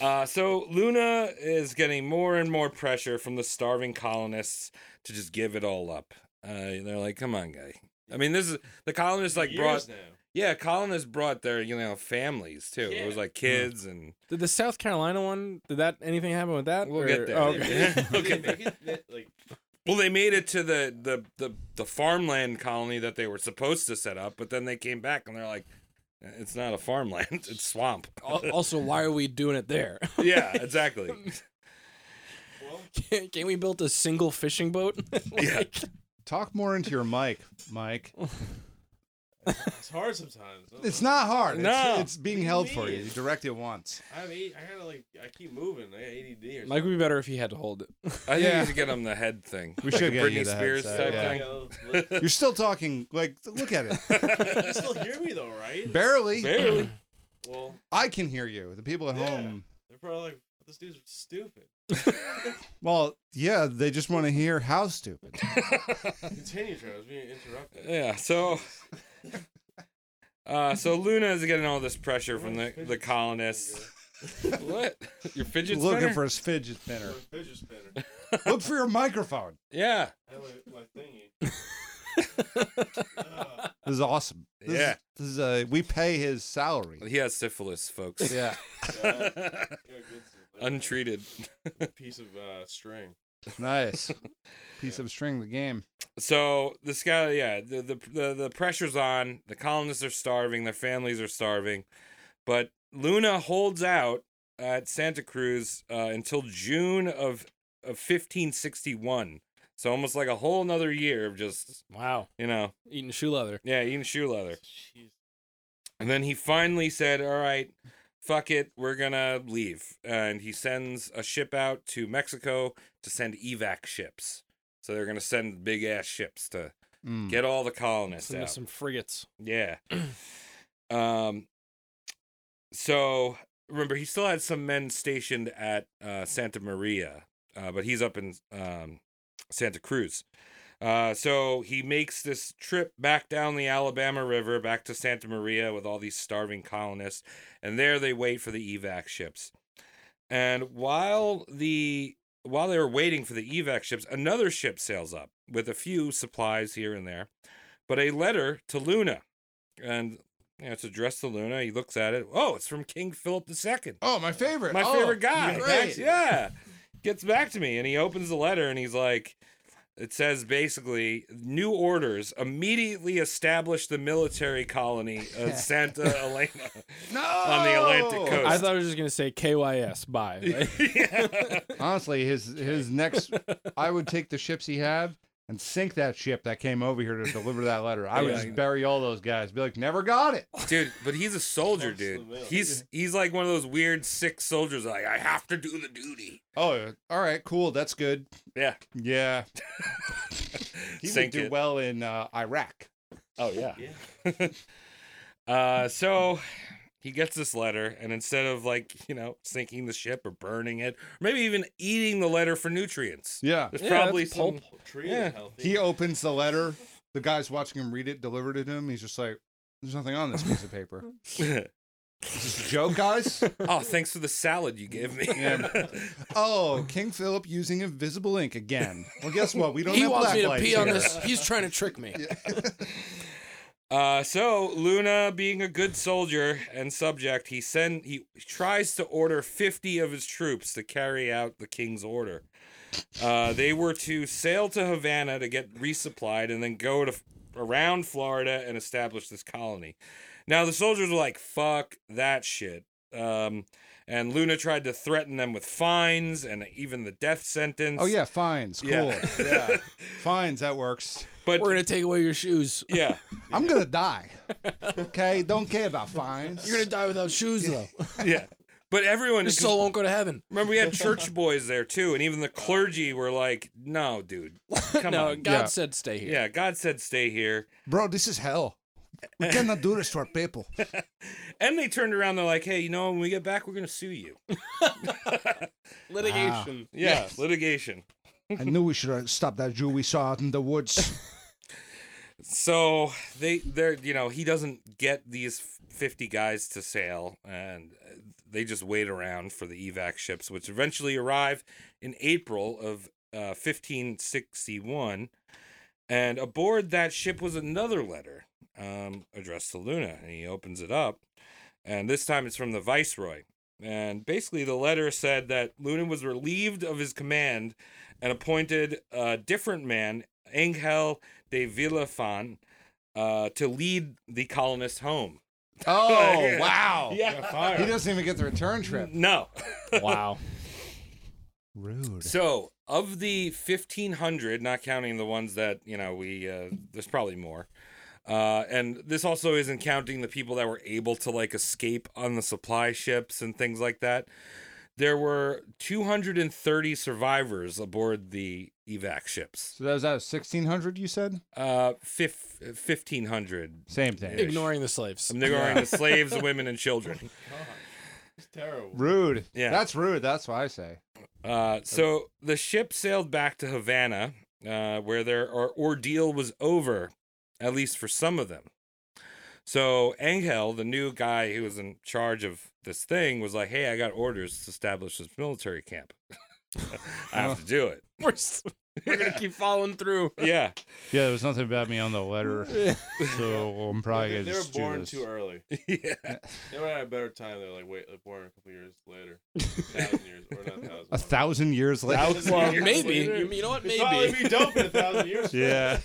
Speaker 7: uh, so Luna is getting more and more pressure from the starving colonists to just give it all up. Uh, they're like, "Come on, guy." I mean, this is the colonists like brought
Speaker 9: Years now.
Speaker 7: Yeah, colonists brought their you know families too. It was
Speaker 9: Yeah.
Speaker 7: like
Speaker 8: Mm-hmm.
Speaker 7: kids and
Speaker 6: Did the South Carolina one? Did that anything happen with that?
Speaker 7: we'll
Speaker 6: Or-
Speaker 7: get there.
Speaker 6: oh, okay.
Speaker 9: Did they
Speaker 7: okay.
Speaker 9: make it that, like
Speaker 7: Well, they made it to the, the the the farmland colony that they were supposed to set up, but then they came back and they're like, "Eh, it's not a farmland, it's swamp.
Speaker 6: Oh, Al- also, why are we doing it there?
Speaker 7: yeah, exactly.
Speaker 9: well,
Speaker 6: Can, can we build a single fishing boat?
Speaker 7: Yeah.
Speaker 8: Talk more into your mic, Mike.
Speaker 9: It's hard sometimes. I don't
Speaker 8: It's
Speaker 9: know.
Speaker 8: not hard.
Speaker 7: No.
Speaker 8: It's, it's being held for you. You direct it once.
Speaker 9: I have eight. I gotta like. I keep moving. I got ADD or
Speaker 6: Mike would be better if he had to hold it.
Speaker 7: I think
Speaker 8: Yeah.
Speaker 7: we should get him the head thing.
Speaker 8: We should
Speaker 7: like a
Speaker 8: get
Speaker 7: Britney
Speaker 8: you the
Speaker 7: Spears
Speaker 8: headset,
Speaker 7: type
Speaker 8: yeah.
Speaker 7: thing.
Speaker 9: something.
Speaker 8: You're still talking. Like, look at it.
Speaker 9: You can still hear me though, right?
Speaker 8: Barely.
Speaker 7: Barely.
Speaker 9: Well,
Speaker 8: I can hear you. The people at
Speaker 9: Yeah.
Speaker 8: home.
Speaker 9: they're probably like, "This dude's stupid."
Speaker 8: Well, yeah, they just want to hear how stupid.
Speaker 9: Continue, Trevor. I was being interrupted.
Speaker 7: Yeah. So, uh, so Luna is getting all this pressure from the, the colonists. what? Your fidget spinner?
Speaker 8: Looking for a fidget spinner.
Speaker 9: Fidget spinner.
Speaker 8: Look for your microphone.
Speaker 7: Yeah.
Speaker 9: I have my- my thingy.
Speaker 8: This is awesome. This
Speaker 7: Yeah.
Speaker 8: Is, this is uh, we pay his salary.
Speaker 7: He has syphilis, folks.
Speaker 8: Yeah.
Speaker 9: Yeah, good stuff. Like
Speaker 7: Untreated.
Speaker 9: a piece of uh, string.
Speaker 8: Nice. Piece of string the game.
Speaker 7: So this guy, yeah, the, the the the pressure's on. The colonists are starving. Their families are starving, but Luna holds out at Santa Cruz uh, until June of of 1561. So almost like a whole another year of just
Speaker 6: Wow.
Speaker 7: you know,
Speaker 6: Eating shoe leather.
Speaker 7: yeah, eating shoe leather. And then he finally said, "All right, fuck it, we're gonna leave." And he sends a ship out to Mexico to send evac ships. So they're gonna send big ass ships to
Speaker 8: Mm.
Speaker 7: get all the colonists
Speaker 6: Some,
Speaker 7: out.
Speaker 6: some frigates.
Speaker 7: Yeah. um. So remember, he still had some men stationed at uh, Santa Maria, uh, but he's up in um, Santa Cruz. Uh, so he makes this trip back down the Alabama River, back to Santa Maria with all these starving colonists, and there they wait for the evac ships. And while the while they were waiting for the evac ships, another ship sails up with a few supplies here and there, but a letter to Luna, and you know, it's addressed to Luna. He looks at it. Oh, it's from King Philip II
Speaker 8: Oh, my favorite.
Speaker 7: my
Speaker 8: Oh,
Speaker 7: favorite guy.
Speaker 8: Great.
Speaker 7: Back- yeah. Gets back to me and he opens the letter and he's like, it says basically, new orders immediately establish the military colony of Santa Elena.
Speaker 8: No.
Speaker 7: On the Atlantic coast.
Speaker 6: I thought I was just gonna say KYS. Bye. Like,
Speaker 8: Honestly, his his next, I would take the ships he had and sink that ship that came over here to deliver that letter. I would
Speaker 7: Yeah.
Speaker 8: just bury all those guys. Be like, never got it.
Speaker 7: Dude, but he's a soldier, dude. He's he's like one of those weird sick soldiers. Like, I have to do the duty.
Speaker 8: Oh, all right, cool. That's good.
Speaker 7: Yeah.
Speaker 8: Yeah, he
Speaker 7: Sink
Speaker 8: would do
Speaker 7: it.
Speaker 8: well in uh, Iraq.
Speaker 7: Oh yeah. uh, so he gets this letter, and instead of like you know sinking the ship or burning it, maybe even eating the letter for nutrients,
Speaker 8: Yeah,
Speaker 7: there's
Speaker 6: Yeah,
Speaker 7: probably
Speaker 6: that's
Speaker 7: some.
Speaker 6: pulp.
Speaker 9: Tree
Speaker 7: Yeah.
Speaker 9: is healthy.
Speaker 8: he opens the letter. The guy's watching him read it, delivered it to him. He's just like, "There's nothing on this piece of paper." Is this a joke, guys?
Speaker 7: oh, thanks for the salad you gave me.
Speaker 8: Yeah. oh, King Philip using invisible ink again. Well, guess what? We don't
Speaker 6: he
Speaker 8: have
Speaker 6: wants
Speaker 8: black
Speaker 6: me to
Speaker 8: lights
Speaker 6: pee on
Speaker 8: here.
Speaker 6: this. He's trying to trick me.
Speaker 7: Uh, so Luna, being a good soldier and subject, he send he tries to order fifty of his troops to carry out the king's order. Uh, they were to sail to Havana to get resupplied and then go to around Florida and establish this colony. Now the soldiers were like, "Fuck that shit." Um, and Luna tried to threaten them with fines and even the death sentence.
Speaker 8: Oh yeah, fines. Cool.
Speaker 7: Yeah.
Speaker 8: Yeah. Fines, that works.
Speaker 7: but
Speaker 6: We're gonna take away your shoes.
Speaker 7: yeah,
Speaker 8: I'm gonna die. Okay? Don't care about fines.
Speaker 6: You're gonna die without shoes though.
Speaker 7: yeah. But everyone
Speaker 6: Your soul won't go to heaven.
Speaker 7: Remember, we had church boys there too, and even the clergy were like, "No, dude, come
Speaker 6: no,
Speaker 7: on."
Speaker 6: God
Speaker 8: Yeah.
Speaker 6: said stay here.
Speaker 7: Yeah, God said stay here,
Speaker 8: Bro, this is hell. We cannot do this to our people.
Speaker 7: and they turned around. They're like, "Hey, you know, when we get back, we're gonna sue you."
Speaker 6: Litigation.
Speaker 7: Yeah, litigation.
Speaker 8: I knew we should have stopped that Jew we saw out in the woods.
Speaker 7: So they, they're, you know, he doesn't get these fifty guys to sail, and uh, they just wait around for the evac ships, which eventually arrive in April of uh, fifteen sixty one. And aboard that ship was another letter um, addressed to Luna. And he opens it up. And this time it's from the Viceroy. And basically, the letter said that Luna was relieved of his command and appointed a different man, Angel de Villafan, uh, to lead the colonists home.
Speaker 8: Oh wow.
Speaker 7: Yeah.
Speaker 8: Ah, He doesn't even get the return trip.
Speaker 7: No.
Speaker 6: Wow.
Speaker 8: Rude.
Speaker 7: So of the 1500 not counting the ones that you know we uh, there's probably more uh, and this also isn't counting the people that were able to like escape on the supply ships and things like that there were 230 survivors aboard the evac ships
Speaker 8: So that was out of 1600, you said?
Speaker 7: uh, fif- 1500
Speaker 8: Same thing.
Speaker 7: Ish.
Speaker 6: Ignoring the slaves.
Speaker 7: i'm ignoring the slaves the women and children
Speaker 9: It's terrible.
Speaker 8: Rude.
Speaker 7: Yeah.
Speaker 8: That's rude. That's what I say.
Speaker 7: Uh, so the ship sailed back to Havana, uh, where their or- ordeal was over, at least for some of them. So Angel, the new guy who was in charge of this thing, was like, "Hey, I got orders to establish this military camp. I have to do it."
Speaker 6: We're, s- we're gonna keep following through.
Speaker 7: Yeah,
Speaker 8: Yeah, there was nothing about me on the letter, so I'm probably
Speaker 9: They,
Speaker 8: gonna
Speaker 9: they
Speaker 8: just
Speaker 9: were
Speaker 8: do
Speaker 9: born
Speaker 8: this.
Speaker 9: too early.
Speaker 7: yeah.
Speaker 9: They would have had a better time. They're like, wait, they're born a couple years later, thousand years or not thousand.
Speaker 8: A thousand years later.
Speaker 6: Well, maybe. You, you know what?
Speaker 9: Probably
Speaker 6: Maybe.
Speaker 9: be dope in a thousand years.
Speaker 8: yeah,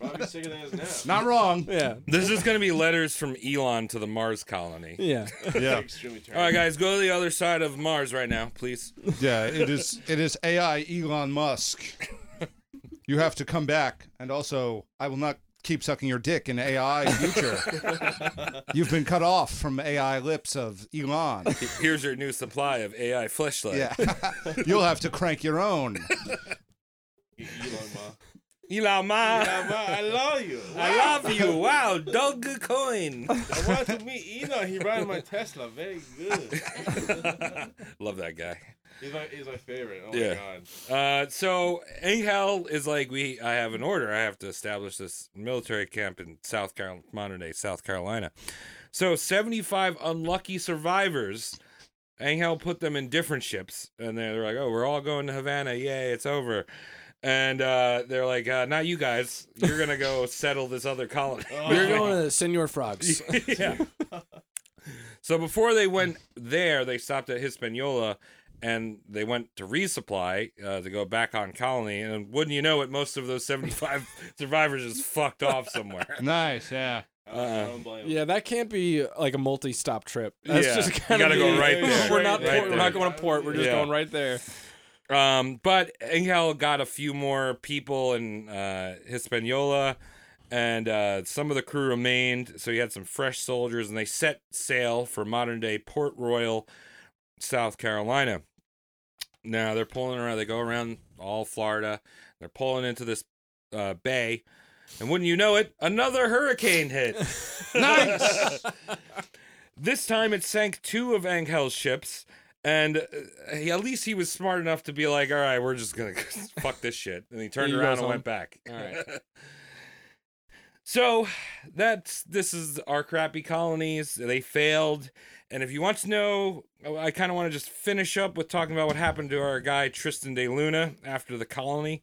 Speaker 9: Probably sicker than it is now.
Speaker 8: not wrong.
Speaker 6: Yeah.
Speaker 7: This is going to be letters from Elon to the Mars colony.
Speaker 6: Yeah.
Speaker 8: Yeah,
Speaker 9: Extremely
Speaker 7: All
Speaker 9: terrible.
Speaker 7: right, guys, go to the other side of Mars right now, please.
Speaker 8: yeah. It is. It is AI Elon Musk. You have to come back, and also I will not keep sucking your dick in AI future. You've been cut off from AI lips of Elon.
Speaker 7: Here's your new supply of AI fleshlight.
Speaker 8: Yeah, you'll have to crank your own.
Speaker 9: E-, Elon Musk.
Speaker 7: Elon, ma.
Speaker 9: Yeah, well, I love you.
Speaker 7: I love you. Wow, Dogecoin.
Speaker 9: I want to meet Elon. He ride my Tesla. Very good.
Speaker 7: love that guy.
Speaker 9: He's my, he's my favorite. Oh
Speaker 7: Yeah.
Speaker 9: my god.
Speaker 7: Uh, so Angel is like, we. I have an order. I have to establish this military camp in South Carolina, modern day South Carolina. So seventy-five unlucky survivors. Angel put them in different ships, and they're like, "Oh, we're all going to Havana. Yay, it's over." And uh, they're like, uh, "Not you guys. You're gonna go settle this other colony."
Speaker 6: We're going to Senor Frogs.
Speaker 7: yeah. so before they went there, they stopped at Hispaniola and they went to resupply uh, to go back on colony. And wouldn't you know it, most of those 75 survivors just fucked off somewhere.
Speaker 8: Nice. Yeah. Uh-uh.
Speaker 9: I don't blame him.
Speaker 6: Yeah, that can't be like a multi-stop trip. That's
Speaker 7: Yeah.
Speaker 6: just
Speaker 7: You
Speaker 6: kind
Speaker 7: gotta go right there.
Speaker 6: We're not
Speaker 7: Right
Speaker 6: port, we're not
Speaker 7: there.
Speaker 6: going to port. We're just
Speaker 7: Yeah.
Speaker 6: going right there.
Speaker 7: Um, but Angel got a few more people in uh, Hispaniola, and uh, some of the crew remained. So he had some fresh soldiers, and they set sail for modern day Port Royal, South Carolina. Now they're pulling around. They go around all Florida. They're pulling into this uh, bay, and wouldn't you know it, another hurricane hit. nice. this time it sank two of Angel's ships and uh, he, at least he was smart enough to be like, "All right, we're just gonna fuck this shit," and he turned
Speaker 6: You
Speaker 7: around
Speaker 6: guys
Speaker 7: and
Speaker 6: on?
Speaker 7: went back.
Speaker 6: All right.
Speaker 7: So that's this is our crappy colonies. They failed, and if you want to know, I kind of want to just finish up with talking about what happened to our guy Tristan de Luna after the colony.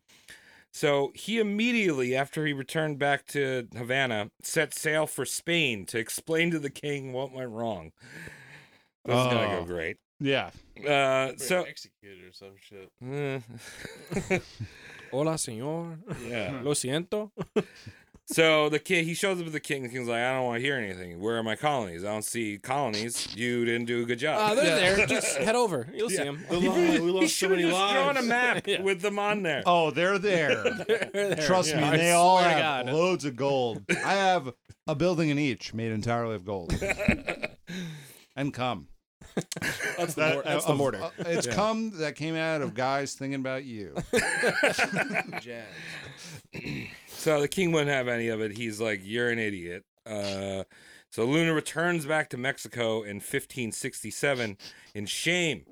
Speaker 7: So he immediately, after he returned back to Havana, set sail for Spain to explain to the king what went wrong. This is gonna
Speaker 8: Oh.
Speaker 7: go great.
Speaker 8: Yeah.
Speaker 7: Uh, so
Speaker 9: executed or some shit.
Speaker 7: Eh,
Speaker 6: Hola, señor.
Speaker 7: yeah.
Speaker 6: Lo siento.
Speaker 7: So the king, he shows up at the king. The king's like, I don't want to hear anything. Where are my colonies? I don't see colonies. You didn't do a good
Speaker 6: Ah,
Speaker 7: job.
Speaker 6: they're there. Just head over. You'll see them.
Speaker 9: The lie, we
Speaker 7: he
Speaker 9: lost so
Speaker 7: should have
Speaker 9: many
Speaker 7: just drawn a
Speaker 9: lives.
Speaker 7: map with them on there.
Speaker 8: Oh, they're there. Trust
Speaker 6: Yeah.
Speaker 8: me, they
Speaker 6: I
Speaker 8: all
Speaker 6: swear to
Speaker 8: have
Speaker 6: God.
Speaker 8: loads of gold. I have a building in each made entirely of gold. and cum.
Speaker 6: That's the, mor- that's the
Speaker 8: Of-
Speaker 6: mortar.
Speaker 8: uh, it's cum that came out of guys thinking about you.
Speaker 9: Jazz.
Speaker 7: So the king wouldn't have any of it. He's like, you're an idiot. Uh, so Luna returns back to Mexico in 1567 in shame.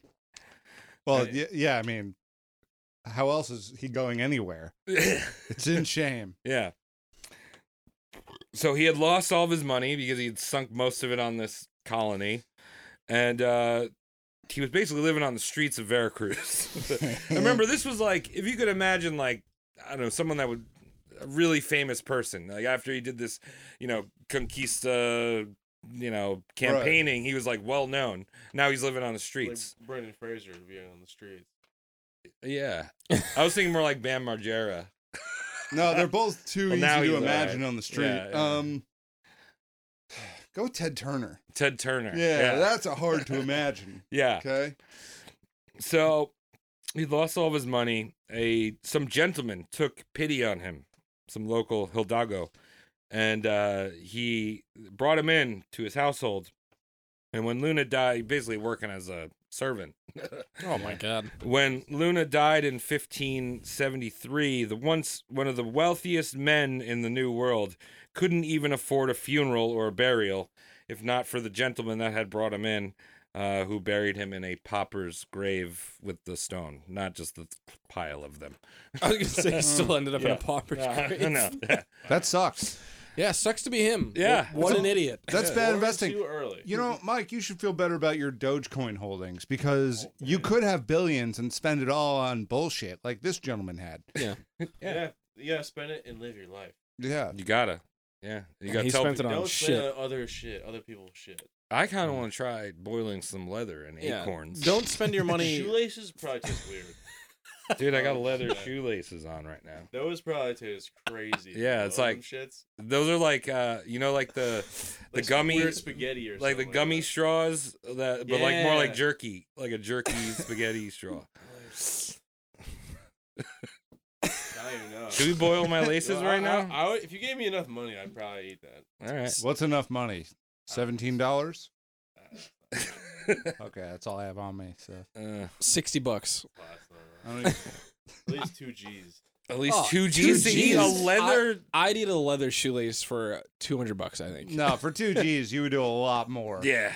Speaker 8: Well, yeah, yeah, I mean, how else is he going anywhere? It's in shame.
Speaker 7: Yeah. So he had lost all of his money because he had sunk most of it on this colony. And uh, he was basically living on the streets of Veracruz. And remember, this was like, if you could imagine, like, I don't know, someone that would, a really famous person. Like, after he did this, you know, conquista, you know, campaigning, he was like well known. Now he's living on the
Speaker 9: Like
Speaker 7: streets.
Speaker 9: Brendan Fraser being on the streets.
Speaker 7: yeah. I was thinking more like Bam Margera.
Speaker 8: No, they're both too
Speaker 7: Well,
Speaker 8: easy
Speaker 7: now
Speaker 8: to
Speaker 7: he's all
Speaker 8: imagine
Speaker 7: right.
Speaker 8: on the street.
Speaker 7: Yeah, yeah.
Speaker 8: Um, go Ted Turner.
Speaker 7: Ted Turner.
Speaker 8: Yeah, that's a hard to imagine.
Speaker 7: yeah.
Speaker 8: Okay.
Speaker 7: So he lost all of his money. A some gentleman took pity on him, some local Hildago, and uh, he brought him in to his household. And when Luna died, basically working as a servant.
Speaker 6: Oh my god.
Speaker 7: When Luna died in 1573, the once one of the wealthiest men in the New World couldn't even afford a funeral or a burial, if not for the gentleman that had brought him in, uh, who buried him in a pauper's grave with the stone, not just the pile of them.
Speaker 6: I was gonna say he still ended up in a pauper's grave.
Speaker 7: no,
Speaker 8: That sucks.
Speaker 6: Yeah, sucks to be him.
Speaker 7: Yeah.
Speaker 6: What, what an idiot.
Speaker 8: That's bad investing.
Speaker 9: Too early.
Speaker 8: You know, Mike, you should feel better about your Dogecoin holdings because you could have billions and spend it all on bullshit like this gentleman had.
Speaker 9: yeah. You gotta spend it and live your life.
Speaker 8: Yeah.
Speaker 7: you gotta, yeah, you gotta
Speaker 6: he
Speaker 7: tell.
Speaker 6: spent it
Speaker 7: people-
Speaker 6: on
Speaker 9: Don't
Speaker 6: shit.
Speaker 9: spend on other shit, other people's shit.
Speaker 7: I kind of want to try boiling some leather and
Speaker 6: Yeah.
Speaker 7: acorns.
Speaker 6: Don't spend your money.
Speaker 9: Shoelaces probably taste weird.
Speaker 7: Dude, I got leather
Speaker 9: Yeah.
Speaker 7: shoelaces on right now.
Speaker 9: Those probably taste crazy.
Speaker 7: Yeah, it's
Speaker 9: Those
Speaker 7: like-
Speaker 9: shits.
Speaker 7: Those are like, uh, you know, like the the
Speaker 9: Like some
Speaker 7: gummy
Speaker 9: weird spaghetti or
Speaker 7: like the
Speaker 9: something
Speaker 7: gummy
Speaker 9: that.
Speaker 7: straws that but like more like
Speaker 9: Yeah.
Speaker 7: jerky like a jerky spaghetti straw
Speaker 9: I don't even know.
Speaker 7: should we boil my laces
Speaker 9: Well, I-
Speaker 7: right
Speaker 9: I-
Speaker 7: now
Speaker 9: I would- if you gave me enough money, I'd probably eat that.
Speaker 7: all right
Speaker 8: What's enough money? $17? Okay, that's all I have on me. So
Speaker 7: uh,
Speaker 6: Sixty bucks.
Speaker 9: Last night.
Speaker 8: I don't even-
Speaker 9: At least two G's.
Speaker 7: at least
Speaker 6: Oh,
Speaker 7: two
Speaker 6: two
Speaker 7: g's to eat a
Speaker 6: Gs.
Speaker 7: leather
Speaker 6: I'd eat a leather shoelace for two hundred bucks. I think.
Speaker 8: no, for two G's, you would do a lot more.
Speaker 7: yeah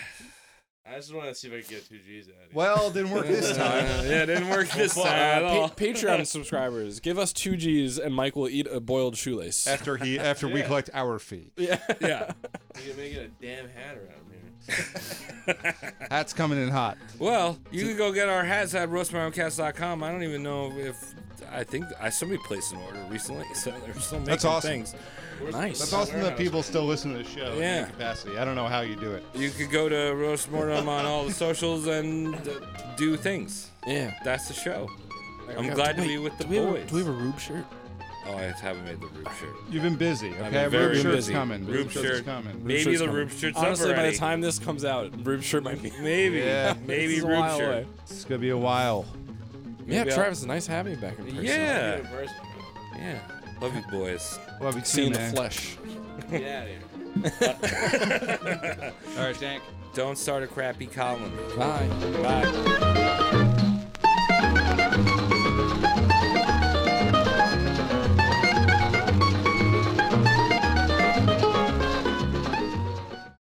Speaker 9: I just want to see if I can get two G's out of it.
Speaker 8: Well, didn't work this time.
Speaker 7: Uh, yeah it didn't work this time at
Speaker 6: Uh,
Speaker 7: all
Speaker 6: pa- Patreon subscribers, give us two G's and Mike will eat a boiled shoelace.
Speaker 8: After he, after we collect our fee,
Speaker 7: yeah
Speaker 9: You can make it a damn hat around here.
Speaker 8: that's coming in hot.
Speaker 7: well you can go get our hats at roastmyromcast.com i don't even know if i think i somebody placed an order recently so there's still making
Speaker 8: awesome.
Speaker 7: things
Speaker 9: Where's
Speaker 6: Nice.
Speaker 9: the-
Speaker 8: That's awesome that
Speaker 9: warehouse?
Speaker 8: people still listen to the show. in any
Speaker 7: Yeah.
Speaker 8: Capacity. I don't know how you do it.
Speaker 7: you could go to roast mortem on all the socials and uh, do things
Speaker 6: yeah.
Speaker 7: that's the show I'm
Speaker 6: Okay,
Speaker 7: glad to
Speaker 6: wait,
Speaker 7: be with the
Speaker 6: do we have a-
Speaker 7: boys.
Speaker 6: do we have a Rube shirt?
Speaker 7: Oh, I haven't made the roof shirt.
Speaker 8: You've been busy. Okay,
Speaker 7: been very
Speaker 8: Rube shirt's
Speaker 7: busy.
Speaker 8: coming.
Speaker 7: Rube
Speaker 8: shirt's
Speaker 7: shirt.
Speaker 8: coming.
Speaker 7: Maybe
Speaker 6: shirt's
Speaker 7: the
Speaker 6: coming.
Speaker 7: roof shirt's
Speaker 6: Honestly,
Speaker 7: up
Speaker 6: by
Speaker 7: already.
Speaker 6: the time this comes out, Rube shirt might be.
Speaker 7: maybe,
Speaker 8: Yeah.
Speaker 6: This
Speaker 7: maybe
Speaker 6: is a
Speaker 7: roof
Speaker 6: while
Speaker 7: shirt.
Speaker 6: away.
Speaker 8: It's gonna be a while.
Speaker 6: Yeah,
Speaker 7: Maybe I'll-
Speaker 6: Travis, nice having you back in person.
Speaker 7: Yeah,
Speaker 9: Where's-
Speaker 7: yeah. Love you, boys.
Speaker 8: Love you too,
Speaker 6: Seeing the
Speaker 8: man.
Speaker 6: flesh.
Speaker 9: Get out of here.
Speaker 8: All right, Dank.
Speaker 7: Don't start a crappy column.
Speaker 6: Bye.
Speaker 7: Bye.